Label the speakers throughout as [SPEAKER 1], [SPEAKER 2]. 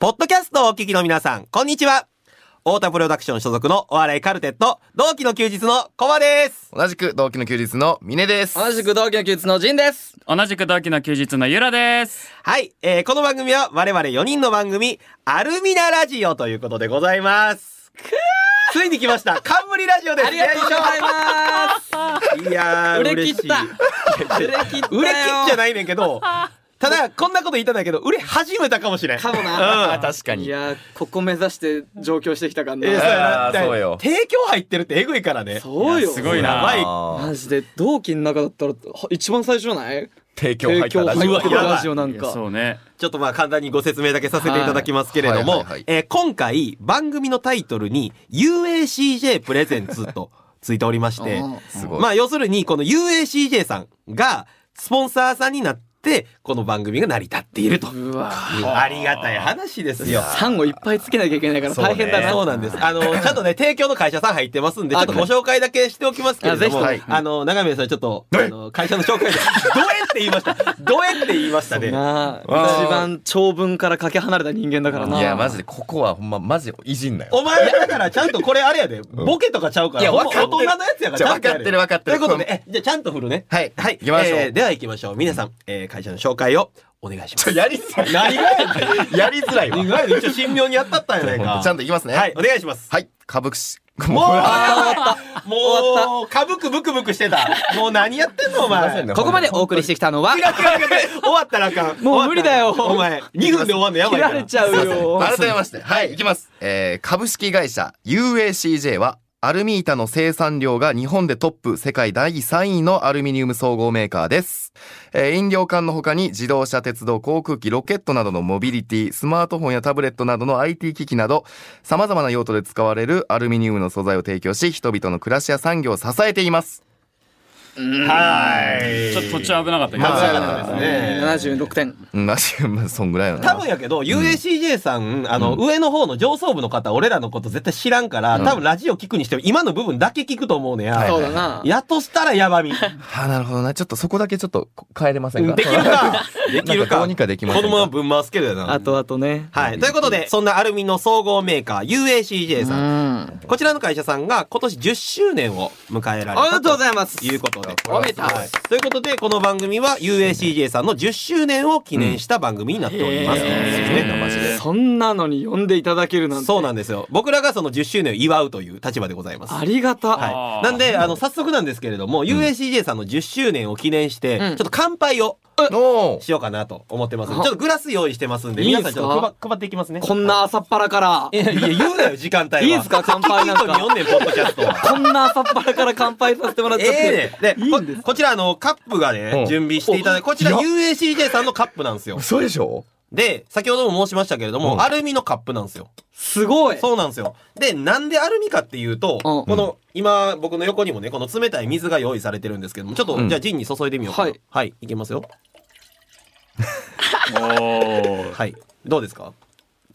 [SPEAKER 1] ポッドキャストをお聞きの皆さん、こんにちは。太田プロダクション所属のお笑いカルテット、同期の休日のコバです。
[SPEAKER 2] 同じく同期の休日の峰です。
[SPEAKER 3] 同じく同期の休日のジンです。
[SPEAKER 4] 同じく同期の休日のゆらです。
[SPEAKER 1] はい、えーこの番組は我々4人の番組、アルミナラジオということでございます。ついに来ました。冠ラジオです。
[SPEAKER 3] ありがとうございます。
[SPEAKER 1] いやー、
[SPEAKER 3] 売れ
[SPEAKER 1] 嬉
[SPEAKER 3] 切
[SPEAKER 1] しい
[SPEAKER 3] った。売れ切ったよ。
[SPEAKER 1] 売れ切っちゃないねんけど、ただ、こんなこと言ったんだけど、売れ始めたかもしれん。
[SPEAKER 3] かも
[SPEAKER 1] な
[SPEAKER 3] な。
[SPEAKER 2] あ確かに
[SPEAKER 3] いやー、ここ目指して上京してきたから
[SPEAKER 1] えーそうや
[SPEAKER 3] な。
[SPEAKER 1] な
[SPEAKER 2] あーそうよ
[SPEAKER 1] 提供入ってるってエグいからね。
[SPEAKER 3] そうよ。
[SPEAKER 4] すごい
[SPEAKER 1] や
[SPEAKER 4] な。
[SPEAKER 1] ばい
[SPEAKER 2] あー
[SPEAKER 3] マジで同期の中だったらは一番最初じゃない？
[SPEAKER 2] 提供入ったラジ
[SPEAKER 3] 提
[SPEAKER 2] オ
[SPEAKER 3] 供。入って
[SPEAKER 1] うわやば
[SPEAKER 3] る
[SPEAKER 1] い
[SPEAKER 3] ラジオなん
[SPEAKER 4] いや
[SPEAKER 3] か。
[SPEAKER 4] そうね。
[SPEAKER 1] ちょっとまあ簡単にご説明だけさせていただきますけれど
[SPEAKER 2] はい
[SPEAKER 1] も
[SPEAKER 2] はいはいはい、
[SPEAKER 1] えー今回番組のタイトルに UACJ プレゼンツとついておりまして、
[SPEAKER 3] うん
[SPEAKER 2] すごい。
[SPEAKER 1] まあ要するにこの UACJ さんがスポンサーさんになって、この番組が成り立っていると。
[SPEAKER 3] うわ。
[SPEAKER 1] ありがたい話ですよ。
[SPEAKER 3] サンゴいっぱいつけなきゃいけないから
[SPEAKER 2] そうね
[SPEAKER 3] 大変だな。
[SPEAKER 1] そうなんです。あの、ちゃんとね、提供の会社さん入ってますんで、ちょっと
[SPEAKER 3] あ
[SPEAKER 1] ご紹介だけしておきますけれども、
[SPEAKER 3] あ
[SPEAKER 1] あ
[SPEAKER 3] ぜひ
[SPEAKER 1] の、長宮さんちょっと、あの、会社の紹介で、どえって言いました。どえって言いましたね。
[SPEAKER 3] なあ
[SPEAKER 2] あー
[SPEAKER 3] 一番長文からかけ離れた人間だからな。
[SPEAKER 2] いやマジでここはほんまマジでいじんなよ。
[SPEAKER 1] お前だからちゃんとこれあれやで、ボケとかちゃうから、
[SPEAKER 2] いや
[SPEAKER 1] ほんま
[SPEAKER 2] 分かってる
[SPEAKER 1] 大人のやつやからちゃんとやれよ。
[SPEAKER 2] 分かってる
[SPEAKER 1] というこ
[SPEAKER 2] 分か
[SPEAKER 1] と
[SPEAKER 2] って
[SPEAKER 1] で、
[SPEAKER 2] る
[SPEAKER 1] え、じゃあちゃんと振るね。
[SPEAKER 2] はい
[SPEAKER 1] はい。
[SPEAKER 2] 行きましょう
[SPEAKER 1] えーでは行きましょう。皆さん、えー会社の紹介をお願いしま
[SPEAKER 2] ちょ
[SPEAKER 1] す。
[SPEAKER 2] やりづら
[SPEAKER 1] 何
[SPEAKER 2] い。
[SPEAKER 1] がやねん。
[SPEAKER 2] やりづらい
[SPEAKER 1] 意
[SPEAKER 2] わ。
[SPEAKER 1] 外と一応神妙にやったったんやないか。
[SPEAKER 2] ちゃんといきますね。
[SPEAKER 1] はい、お願いします。
[SPEAKER 2] はい。株式。
[SPEAKER 1] もう、
[SPEAKER 2] もう
[SPEAKER 1] もう、かぶくぶくぶくしてた。もう何やってんの、お
[SPEAKER 2] すいません
[SPEAKER 1] 前
[SPEAKER 2] ね。
[SPEAKER 3] ここまでお送りしてきたのは
[SPEAKER 1] キラキラキラ終わったらあかん。
[SPEAKER 3] もう無理だよ
[SPEAKER 1] 終わったらあかんお前、2分で終わんのやば
[SPEAKER 3] 切
[SPEAKER 1] いからら。
[SPEAKER 3] れちゃうよ。
[SPEAKER 2] 改めまして。はい。いきます。えー株式会社 UACJ はアルミ板の生産量が日本でトップ世界第3位のアルミニウム総合メーカーです。えー飲料缶の他に自動車、鉄道、航空機、ロケットなどのモビリティ、スマートフォンやタブレットなどの IT 機器など、様々な用途で使われるアルミニウムの素材を提供し、人々の暮らしや産業を支えています。
[SPEAKER 1] はーい。
[SPEAKER 4] ちょっと途中危なかったけ
[SPEAKER 1] 危な
[SPEAKER 4] ど。
[SPEAKER 1] かったですね。
[SPEAKER 3] 七十六点。
[SPEAKER 2] うん、まあ、まあそんぐらいよな。
[SPEAKER 1] 多分やけど、UACJ さん、あの、上の方の上層部の方、俺らのこと絶対知らんから、多分ラジオ聞くにしても、今の部分だけ聞くと思うね
[SPEAKER 2] はい
[SPEAKER 1] や。
[SPEAKER 3] そうだな。
[SPEAKER 1] やっとしたらやばみ。で
[SPEAKER 2] はあ、なるほどな。ちょっとそこだけちょっと変えれませんか
[SPEAKER 1] きるか。できる
[SPEAKER 2] なんか
[SPEAKER 1] か。
[SPEAKER 2] どうにかできませんか
[SPEAKER 1] このままぶん回すけどや
[SPEAKER 3] あ
[SPEAKER 1] な。
[SPEAKER 3] とあとね。
[SPEAKER 1] はい。ということで、そんなアルミの総合メーカー、UACJ
[SPEAKER 3] う
[SPEAKER 1] さん。
[SPEAKER 3] ん。
[SPEAKER 1] こちらの会社さんが今年10周年を迎えられた
[SPEAKER 3] ありがとうございます
[SPEAKER 1] ということで。
[SPEAKER 3] おめでとう
[SPEAKER 1] はいということで、この番組は UACJ さんの10周年を記念した番組になっております。
[SPEAKER 3] うん
[SPEAKER 1] です
[SPEAKER 2] ごいな
[SPEAKER 1] ね
[SPEAKER 2] マジで。
[SPEAKER 3] そんなのに呼んでいただけるなんて。
[SPEAKER 1] そうなんですよ。僕らがその10周年を祝うという立場でございます。
[SPEAKER 3] ありがた。
[SPEAKER 1] は
[SPEAKER 4] あー
[SPEAKER 1] い。なんで、あの、早速なんですけれども、UACJ さんの10周年を記念して、
[SPEAKER 3] うん
[SPEAKER 1] ちょっと乾杯を
[SPEAKER 2] おー
[SPEAKER 1] しようかなと思ってます。ち
[SPEAKER 3] あ
[SPEAKER 1] ょっとグラス用意してますんで、
[SPEAKER 3] いいん
[SPEAKER 1] 皆
[SPEAKER 3] す
[SPEAKER 1] さ
[SPEAKER 3] か
[SPEAKER 1] んちょっと配配っていきますね。
[SPEAKER 3] こんな朝っぱらから
[SPEAKER 1] い。や、いや言うなよ、時間帯は。
[SPEAKER 3] いいんすか乾杯なんか
[SPEAKER 1] 聞きに来とんねん、ポッドキャストは。
[SPEAKER 3] こんな朝っぱらから乾杯させてもらっちゃって。
[SPEAKER 1] ええねで
[SPEAKER 3] いいん
[SPEAKER 1] こ
[SPEAKER 3] です
[SPEAKER 1] こちらあのカップが
[SPEAKER 2] う
[SPEAKER 1] ね
[SPEAKER 2] ん
[SPEAKER 1] 準備していただいてこちら
[SPEAKER 2] いや
[SPEAKER 1] UACJ さんのカップなんですよ
[SPEAKER 2] 嘘でしょ
[SPEAKER 1] で先ほども申しましたけれど
[SPEAKER 2] う
[SPEAKER 1] も
[SPEAKER 2] ん
[SPEAKER 1] アルミのカップなんですよ
[SPEAKER 3] すごい。
[SPEAKER 1] そうなんですよでなんでアルミかっていうと
[SPEAKER 3] うん
[SPEAKER 1] この今僕の横にもねこの冷たい水が用意されてるんですけどもちょっと、
[SPEAKER 2] うん
[SPEAKER 1] じゃあジンに注いでみようかな
[SPEAKER 3] はい
[SPEAKER 1] はいいけますよ
[SPEAKER 4] おー
[SPEAKER 1] はいどうですか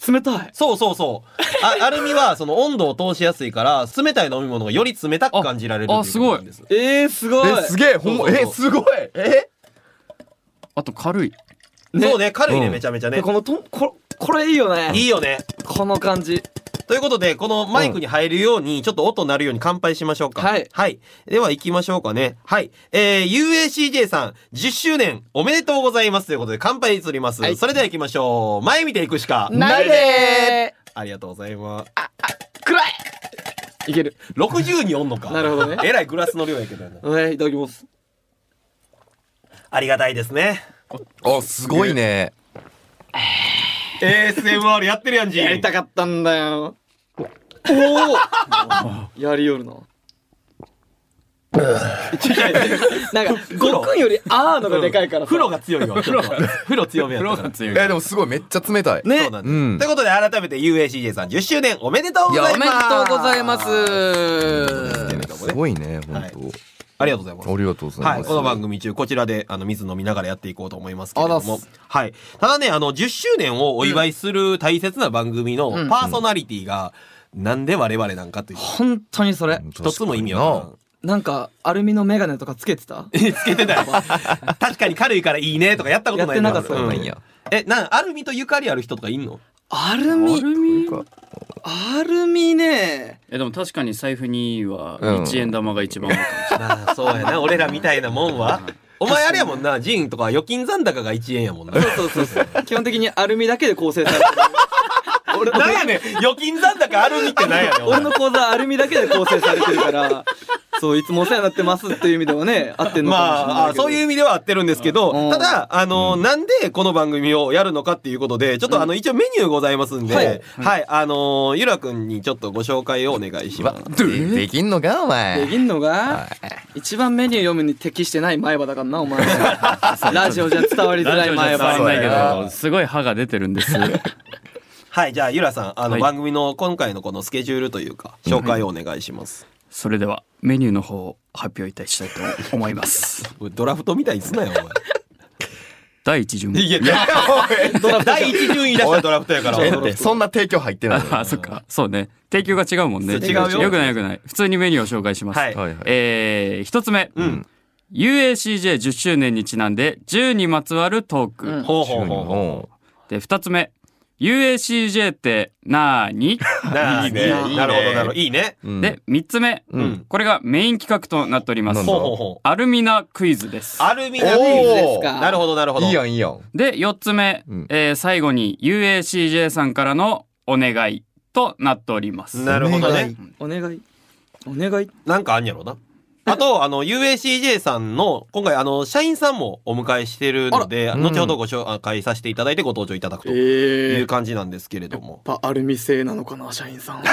[SPEAKER 3] 冷たい。
[SPEAKER 1] そうそうそうあ アルミはその温度を通しやすいから冷たい飲み物がより冷たく感じられる
[SPEAKER 4] あ
[SPEAKER 1] ということなんです
[SPEAKER 3] えー、すごい。
[SPEAKER 2] え、すげえ、ほんま、え、すごいえ
[SPEAKER 4] あと軽い。
[SPEAKER 3] ね
[SPEAKER 1] そうね軽いね、
[SPEAKER 2] うん
[SPEAKER 1] めちゃめちゃ
[SPEAKER 3] で
[SPEAKER 1] ね
[SPEAKER 3] このとこ、これいいよね。
[SPEAKER 1] いいよね
[SPEAKER 3] この感じ。
[SPEAKER 1] ということで、このマイクに入るように、ちょっと音鳴るように乾杯しましょうか。
[SPEAKER 3] はい
[SPEAKER 1] はい。では行きましょうかね。はい。えー、UACJ さん、10周年おめでとうございますということで、乾杯に移ります。
[SPEAKER 3] はい
[SPEAKER 1] それでは行きましょう。前見ていくしか。
[SPEAKER 3] ないで
[SPEAKER 1] ありがとうございます。
[SPEAKER 3] ー暗いいける。
[SPEAKER 1] 60におんのか。
[SPEAKER 3] なるほどね
[SPEAKER 1] えらいグラスの量やけどな。
[SPEAKER 3] はい、いただきます。
[SPEAKER 1] ありがたいですね。
[SPEAKER 2] あ、すごいね。
[SPEAKER 1] ASMR やってるや んじ。
[SPEAKER 3] やりたかったんだよ。おおやりよるな。なん か、ごっくんよりあーのがでかいからさ。
[SPEAKER 1] 風呂が強いわ。風呂が。風呂強めや
[SPEAKER 4] プ
[SPEAKER 1] った
[SPEAKER 4] ロ
[SPEAKER 1] か
[SPEAKER 4] が
[SPEAKER 1] ら。
[SPEAKER 2] え
[SPEAKER 4] 強い。
[SPEAKER 2] でもすごい、めっちゃ冷たい。
[SPEAKER 1] そう
[SPEAKER 3] ね。
[SPEAKER 1] なんです。
[SPEAKER 2] うん
[SPEAKER 1] ということで、改めて UACJ さん10周年おめでとうご
[SPEAKER 2] いや
[SPEAKER 1] ざい
[SPEAKER 3] お
[SPEAKER 1] ま
[SPEAKER 3] め
[SPEAKER 1] す。
[SPEAKER 3] でとうございます。
[SPEAKER 2] すごいね、ほん
[SPEAKER 1] はい
[SPEAKER 2] と。
[SPEAKER 1] ありがとうございます
[SPEAKER 2] あ。りがとうございます。
[SPEAKER 1] はい、この番組中、こちらで、あの、水飲みながらやっていこうと思いますけれ
[SPEAKER 3] あ
[SPEAKER 1] ど
[SPEAKER 3] ざっ
[SPEAKER 1] も
[SPEAKER 3] す。
[SPEAKER 1] はい。ただね、あの、10周年をお祝いする大切な番組のパーソナリティが、なんで我々なんかという、
[SPEAKER 3] 本当にそれ。
[SPEAKER 1] 一つも意味
[SPEAKER 2] を
[SPEAKER 1] を。
[SPEAKER 3] なんか、アルミのメガネとかつけてた
[SPEAKER 1] つけてたよ。 確かに軽いからいいねとかやったことない
[SPEAKER 3] やってなかった
[SPEAKER 1] うん
[SPEAKER 3] な
[SPEAKER 2] ないんや
[SPEAKER 1] え、なん、アルミとゆかりある人とかいんの
[SPEAKER 3] アル
[SPEAKER 4] ア
[SPEAKER 3] ミ
[SPEAKER 4] ルミ
[SPEAKER 3] アルミね
[SPEAKER 4] えでも確かに財布には
[SPEAKER 2] うん
[SPEAKER 4] 1円玉が一番多いかもしれない
[SPEAKER 1] まあそうや な俺らみたいなもんは お前あれやもんなジンとか預金残高が1円やもん な
[SPEAKER 3] そうそうそう基本的にアルミだけで構成されてる俺の
[SPEAKER 1] なんやねん預金残高あるみってなんやねんお
[SPEAKER 3] 俺
[SPEAKER 1] 前
[SPEAKER 3] の口座アルミだけで構成されてるからそういつもお世話になってますっていう意味ではね合ってんの
[SPEAKER 1] ま
[SPEAKER 3] かもしれ
[SPEAKER 1] あ
[SPEAKER 3] な
[SPEAKER 1] あ
[SPEAKER 3] いけど、
[SPEAKER 1] そういう意味では合ってるんですけど、
[SPEAKER 3] うん
[SPEAKER 1] ただ、あの、なんでこの番組をやるのかっていうことで、ちょっとあの、一応メニューございますんで、は
[SPEAKER 3] はいい、
[SPEAKER 1] あのーゆらくんにちょっとご紹介をお願いしま
[SPEAKER 2] わ
[SPEAKER 1] す。
[SPEAKER 2] でできんのかお
[SPEAKER 3] で
[SPEAKER 2] 前
[SPEAKER 3] きんのが一番メニュー読むに適してない前歯だからな お前ラジオじゃ伝わりづらい前
[SPEAKER 4] ラ
[SPEAKER 3] 歯
[SPEAKER 4] ジオじゃ伝わりないけ
[SPEAKER 2] そう
[SPEAKER 4] どすごい歯が出てるんです
[SPEAKER 1] はい、じゃあ、ゆらさん、あの、
[SPEAKER 4] はい
[SPEAKER 1] 番組の今回のこのスケジュールというか、紹介をお願いします。
[SPEAKER 4] それではメニューの方を発表いたしたいと思います
[SPEAKER 1] ドラフトみたいにすなよ、
[SPEAKER 4] 第一巡
[SPEAKER 1] お前。 いや、第一順位出したドラフトやから。
[SPEAKER 2] え
[SPEAKER 1] え
[SPEAKER 2] ってそんな提供入ってないの
[SPEAKER 4] あ、そっか。そうね。提供が違うもん
[SPEAKER 1] そ
[SPEAKER 4] ね。
[SPEAKER 1] う違うよ
[SPEAKER 4] くないよくない。普通にメニューを紹介します。
[SPEAKER 1] はい
[SPEAKER 2] はいはい
[SPEAKER 4] えー、一つ目。UACJ10 周年にちなんで、10にまつわるトーク。
[SPEAKER 3] うん
[SPEAKER 1] ほうほうほうほ
[SPEAKER 4] で、二つ目。UACJ ってなーに
[SPEAKER 1] う。なあいいね。
[SPEAKER 3] いいね
[SPEAKER 1] なるほど、なるほど。いいね。
[SPEAKER 2] うん
[SPEAKER 4] で、三つ目。
[SPEAKER 2] うん
[SPEAKER 4] これがメイン企画となっております
[SPEAKER 2] なんだ
[SPEAKER 1] ほうほうほう。
[SPEAKER 4] アルミナクイズです。
[SPEAKER 1] アルミナ
[SPEAKER 2] おー
[SPEAKER 1] ですか。なるほど、なるほど。
[SPEAKER 2] いいやんいいやん
[SPEAKER 4] で、四つ目。
[SPEAKER 2] うん
[SPEAKER 4] えー最後に UACJ さんからのお願いとなっております。
[SPEAKER 1] なるほど
[SPEAKER 2] お
[SPEAKER 1] ね
[SPEAKER 2] 願い。
[SPEAKER 3] お願いお願い
[SPEAKER 1] なんかあんやろな。あと、あの、UACJ さんの、今回、あの、社員さんもお迎えしてるので、
[SPEAKER 2] あらうん
[SPEAKER 1] 後ほどご紹介させていただいてご登場いただくとい
[SPEAKER 3] え
[SPEAKER 1] う感じなんですけれども。
[SPEAKER 3] ぱアルミ製なのかな社員さん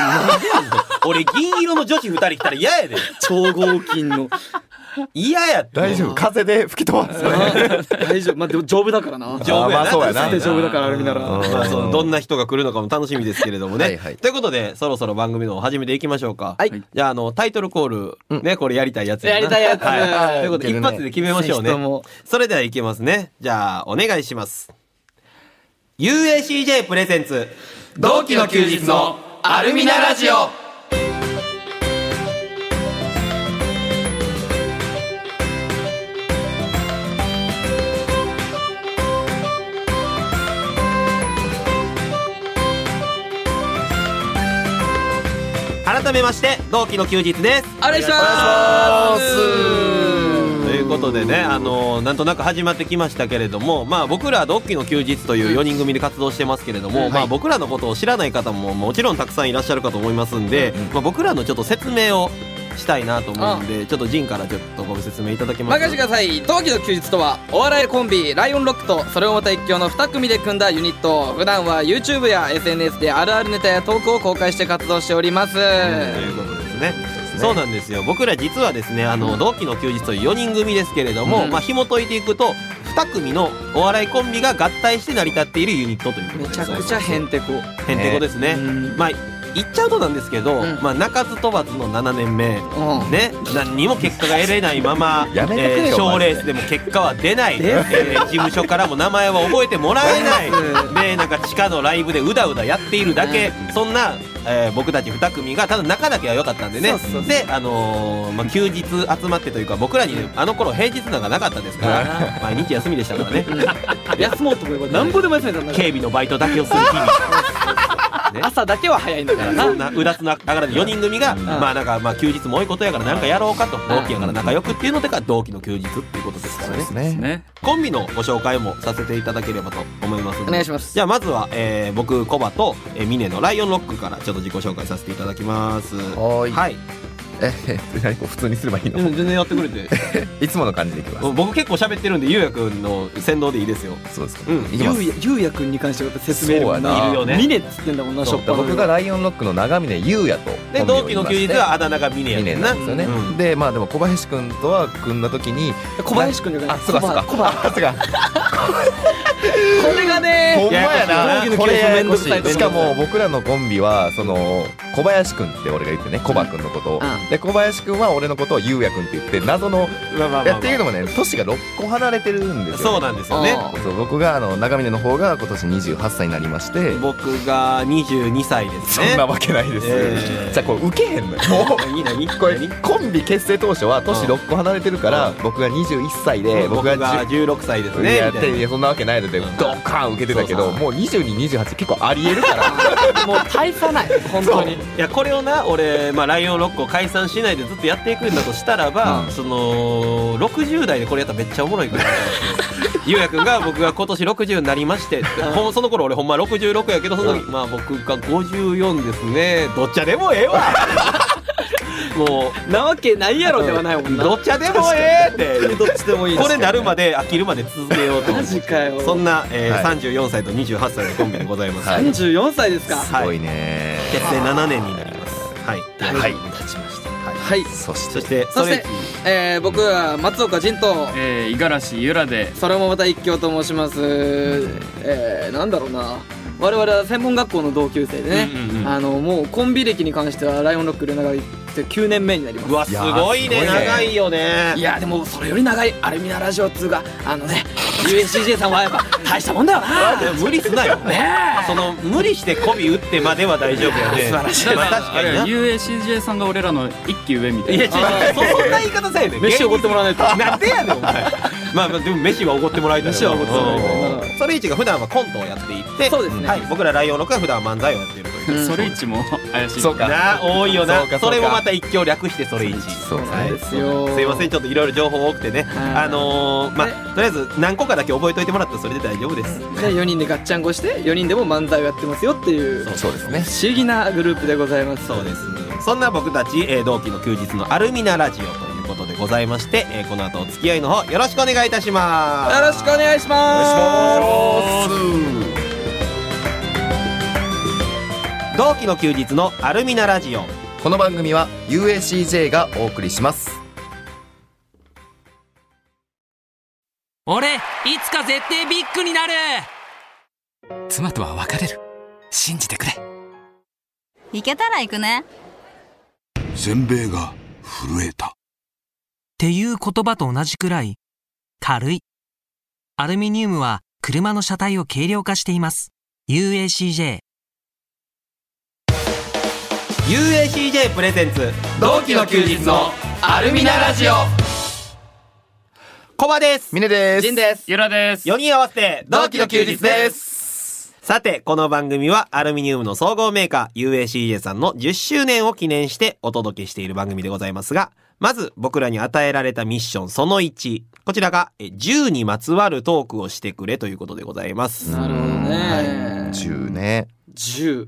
[SPEAKER 1] 俺、銀色の女子二人来たら嫌やで。
[SPEAKER 3] 超合金の
[SPEAKER 1] 嫌やって。
[SPEAKER 2] 大丈夫風で吹き飛ばすね
[SPEAKER 3] 大丈夫まあでも丈夫だからな
[SPEAKER 1] 丈夫やな。
[SPEAKER 2] あまあそうやな
[SPEAKER 1] 確かに
[SPEAKER 3] 丈夫だからアルミなら
[SPEAKER 1] うんまあ、そのどんな人が来るのかも楽しみですけれどもね。
[SPEAKER 2] はいはい
[SPEAKER 1] ということで、そろそろ番組の方始めていきましょうか。
[SPEAKER 3] はい
[SPEAKER 1] じゃあ、あの、タイトルコール、
[SPEAKER 2] うん
[SPEAKER 1] ね、これやりたいやつな
[SPEAKER 3] やりたいやつ
[SPEAKER 1] はい。ということで、
[SPEAKER 2] いける
[SPEAKER 1] 一
[SPEAKER 2] ね
[SPEAKER 1] 発で決めましょうね
[SPEAKER 3] ぜひとも。
[SPEAKER 1] それではいきますね。じゃあ、お願いします。UACJ プレゼンツ、同期の休日のアルミナラジオ改めまして、同期の休日です。
[SPEAKER 3] あれしま
[SPEAKER 2] あ
[SPEAKER 3] す
[SPEAKER 1] ということでね、あのなんとなく始まってきましたけれども、まあ、僕ら「ドッキの休日」という4人組で活動してますけれども、まあ、僕らのことを知らない方ももちろんたくさんいらっしゃるかと思いますんで、まあ、僕らのちょっと説明をしたいなと思うんでちょっとジンからちょっとご説明いただけます
[SPEAKER 3] 任せてください同期の休日とはお笑いコンビライオンロックとそれをまた一強の2組で組んだユニット普段は YouTube や SNS であるあるネタやトークを公開して活動しております
[SPEAKER 1] ということですね。そうなんですよ僕ら実はですねあの同期の休日という4人組ですけれども、
[SPEAKER 3] うん
[SPEAKER 1] まあ紐解いていくと2組のお笑いコンビが合体して成り立っているユニットということ
[SPEAKER 3] め
[SPEAKER 1] で
[SPEAKER 3] ちゃくちゃへんてこ
[SPEAKER 1] へんてこですね。
[SPEAKER 3] うん
[SPEAKER 1] まあ言っちゃうとなんですけど、
[SPEAKER 3] うん
[SPEAKER 1] まあ鳴かず飛ばずの7年目
[SPEAKER 3] うん
[SPEAKER 1] ね何にも結果が得れないまま
[SPEAKER 2] やめてくれよ
[SPEAKER 1] ー賞
[SPEAKER 2] マジ
[SPEAKER 1] レー
[SPEAKER 2] で
[SPEAKER 1] スでも結果は出ない、
[SPEAKER 3] 出
[SPEAKER 1] えー事務所からも名前は覚えてもらえないでなんか地下のライブでうだうだやっているだけ、そんな、えー僕たち2組がただ仲だけは良かったんでね
[SPEAKER 3] そうそうそう
[SPEAKER 1] で、あのーまあ、休日集まってというか僕らにあの頃平日なんかなかったですから毎日休みでしたからね
[SPEAKER 3] 休もうと思えばなんぼでも休めたんだか
[SPEAKER 1] 警備のバイトだけをする日々。
[SPEAKER 3] ら朝だけは早いんだからな
[SPEAKER 1] そんなうだつなだから4人組が、まあなんかまあ休日も多いことやからなんかやろうかと、同期やから仲良くっていうのでか同期の休日っていうことですからね
[SPEAKER 2] ですね
[SPEAKER 4] ね。
[SPEAKER 1] コンビのご紹介もさせていただければと思いますので
[SPEAKER 3] お願いします
[SPEAKER 1] じゃあまずは、えー僕コバと、えー、ミネのライオンロックからちょっと自己紹介させていただきます
[SPEAKER 2] はーい
[SPEAKER 1] はい、
[SPEAKER 2] ええ 何こう普通にすればいいの
[SPEAKER 1] 全然やってくれて
[SPEAKER 2] いつもの感じでいきます
[SPEAKER 1] 僕結構喋ってるんでゆうやくんの先導でいいですよ
[SPEAKER 2] そうですか
[SPEAKER 1] うん
[SPEAKER 2] いきます
[SPEAKER 3] ゆうやゆうやくんに関しては説明力
[SPEAKER 2] そうやない
[SPEAKER 1] るよね
[SPEAKER 3] ミネっつってんだもんなし
[SPEAKER 1] そ
[SPEAKER 3] ょ
[SPEAKER 1] う
[SPEAKER 3] っぱな
[SPEAKER 2] 僕がライオンロックの長峰優也と
[SPEAKER 1] で
[SPEAKER 2] 本名を
[SPEAKER 1] 同期
[SPEAKER 2] 言い
[SPEAKER 1] の
[SPEAKER 2] まして
[SPEAKER 1] 休日はあだ名がミネや
[SPEAKER 2] 2
[SPEAKER 1] ね
[SPEAKER 2] 年
[SPEAKER 1] んな
[SPEAKER 2] なんですよね、
[SPEAKER 1] うん
[SPEAKER 2] でまあでも小林くんとは組んだ時に
[SPEAKER 3] 小林くんじゃない
[SPEAKER 2] あそうかそうか
[SPEAKER 3] コバ
[SPEAKER 2] あそうか
[SPEAKER 3] これがね
[SPEAKER 2] ほんまや
[SPEAKER 1] ややこし
[SPEAKER 2] ないこれややこし
[SPEAKER 3] 同期の休日めんどくさ
[SPEAKER 2] い
[SPEAKER 3] い
[SPEAKER 2] しかも僕らのコンビはその小林くんって俺が言ってねコバくんのことを、
[SPEAKER 3] うん
[SPEAKER 2] で小林くんは俺のことを優也くんって言って謎の
[SPEAKER 1] まあまあまあまあ
[SPEAKER 2] いやっていうのもね年が6個離れてるんですよ
[SPEAKER 1] そうなんですよね
[SPEAKER 3] あ
[SPEAKER 2] そう僕があの長峰の方が今年28歳になりまして
[SPEAKER 1] 僕が22歳です
[SPEAKER 2] そ
[SPEAKER 1] ね
[SPEAKER 2] んなわけないです、
[SPEAKER 1] えー
[SPEAKER 2] じゃあこれ受けへんのよもう
[SPEAKER 1] 何何
[SPEAKER 2] これコンビ結成当初は
[SPEAKER 1] う
[SPEAKER 2] 年
[SPEAKER 1] ん
[SPEAKER 2] 6個離れてるから僕が21歳で
[SPEAKER 1] 僕
[SPEAKER 2] 僕が
[SPEAKER 1] が
[SPEAKER 2] 10
[SPEAKER 1] 16歳です
[SPEAKER 2] い
[SPEAKER 1] ね
[SPEAKER 2] や
[SPEAKER 1] みたい
[SPEAKER 2] い
[SPEAKER 1] な
[SPEAKER 2] やそんなわけないルでドカーン受けてたけど、もう2228結構ありえるから
[SPEAKER 3] もう大差ない本当に
[SPEAKER 1] いやこれをな俺、まあ、ライオン6個解散しないでずっとやっていくんだとしたらば、
[SPEAKER 2] うん
[SPEAKER 1] その60代でこれやったらめっちゃおもろいからゆうやくんが僕が今年60になりましてほんその頃俺ほんま66やけどその時、まあ僕が54ですねどっちゃでもええわも
[SPEAKER 3] なわけないやろではないも
[SPEAKER 1] うん
[SPEAKER 3] な
[SPEAKER 1] どっちゃでもええって
[SPEAKER 3] どっちでもいい
[SPEAKER 1] これなるまで飽きるまで続けようと思
[SPEAKER 3] マ
[SPEAKER 1] う
[SPEAKER 3] ジかよ
[SPEAKER 1] そんな、えー
[SPEAKER 2] はい
[SPEAKER 1] 34歳と28歳のコンビでございます、
[SPEAKER 2] はい
[SPEAKER 3] 34歳ですか
[SPEAKER 1] は
[SPEAKER 2] すごいね
[SPEAKER 1] 結成7年になりますはい
[SPEAKER 2] はい
[SPEAKER 3] はい
[SPEAKER 2] そして
[SPEAKER 1] そして
[SPEAKER 3] そ
[SPEAKER 1] そ
[SPEAKER 3] して
[SPEAKER 1] れ
[SPEAKER 3] えー僕は松岡仁と
[SPEAKER 4] えー、五十嵐ゆらで
[SPEAKER 3] それもまた一興と申しますえー、なんだろうな我々は専門学校の同級生でね、
[SPEAKER 1] うんうんうん
[SPEAKER 3] あのもうコンビ歴に関してはライオンロックで長いって9年目になります
[SPEAKER 1] うわ
[SPEAKER 2] い
[SPEAKER 1] す
[SPEAKER 2] や
[SPEAKER 1] ごいね
[SPEAKER 2] すごいね
[SPEAKER 1] 長いよね
[SPEAKER 3] いやでもそれより長いアルミナラジオっつうかあのね USJ さんは やっぱ大したもんだよな
[SPEAKER 1] でも無理すなよ
[SPEAKER 3] ねえ
[SPEAKER 1] その無理して媚び打ってまでは大丈夫やね
[SPEAKER 3] 素晴らしい
[SPEAKER 1] まあ確
[SPEAKER 4] あ
[SPEAKER 1] かに
[SPEAKER 4] れ
[SPEAKER 1] な
[SPEAKER 4] UACJ さんが俺らの一期上みたい
[SPEAKER 1] い
[SPEAKER 4] な
[SPEAKER 1] や違うそんな言い方さえね
[SPEAKER 3] 飯おごってもらわないと
[SPEAKER 1] なんでやねんお前まあまあでも飯はおごってもらいたい
[SPEAKER 3] 飯はおごってもらいたい
[SPEAKER 1] うんそれいちが普段はコントをやっていて
[SPEAKER 3] そうですね
[SPEAKER 1] はい僕らライオンの会は普段は漫才をやっているという
[SPEAKER 3] うん
[SPEAKER 4] それ一も怪しい
[SPEAKER 2] そうか
[SPEAKER 1] なあ多いよ
[SPEAKER 2] そ
[SPEAKER 1] な
[SPEAKER 2] うかそうか
[SPEAKER 1] それもまた一挙略してそれ一
[SPEAKER 2] そう
[SPEAKER 3] そうなんですよ
[SPEAKER 1] すいませんちょっといろいろ情報多くてね
[SPEAKER 3] はい
[SPEAKER 1] あのーま
[SPEAKER 3] は
[SPEAKER 1] あとりあえず何個かだけ覚えといてもらったらそれで大丈夫です
[SPEAKER 3] で4人でガッチャンコして4人でも漫才をやってますよっていう不
[SPEAKER 2] そうですね
[SPEAKER 3] 思議なグループでございます
[SPEAKER 1] そうですそんな僕たち、えー同期の休日のアルミナラジオということでございまして、えーこの後お付き合いの方よろしくお願いいたします
[SPEAKER 3] よろしくお
[SPEAKER 1] いし
[SPEAKER 3] 願いしま
[SPEAKER 1] ます同期の休日のアルミナラジオ
[SPEAKER 2] この番組は UACJ がお送りします
[SPEAKER 5] 俺いつか絶対ビッグになる妻とは別れる信じてくれ
[SPEAKER 6] 行けたら行くね
[SPEAKER 7] せんべいが震えた。
[SPEAKER 8] っていう言葉と同じくらい軽い。アルミニウムは車の車体を軽量化しています。UACJ。
[SPEAKER 1] UACJ プレゼンツ
[SPEAKER 2] 同期の休日の
[SPEAKER 3] アルミナラジオ
[SPEAKER 1] コバです
[SPEAKER 2] ミネです
[SPEAKER 3] ジンです
[SPEAKER 4] ゆらです
[SPEAKER 1] 4人合わせて同期の休日です
[SPEAKER 2] す
[SPEAKER 1] さて、この番組はアルミニウムの総合メーカー UACJ さんの10周年を記念してお届けしている番組でございますが、まず僕らに与えられたミッションその1。こちらが、え銃にまつわるトークをしてくれということでございます。
[SPEAKER 3] なるほどね
[SPEAKER 2] 10ね
[SPEAKER 3] 10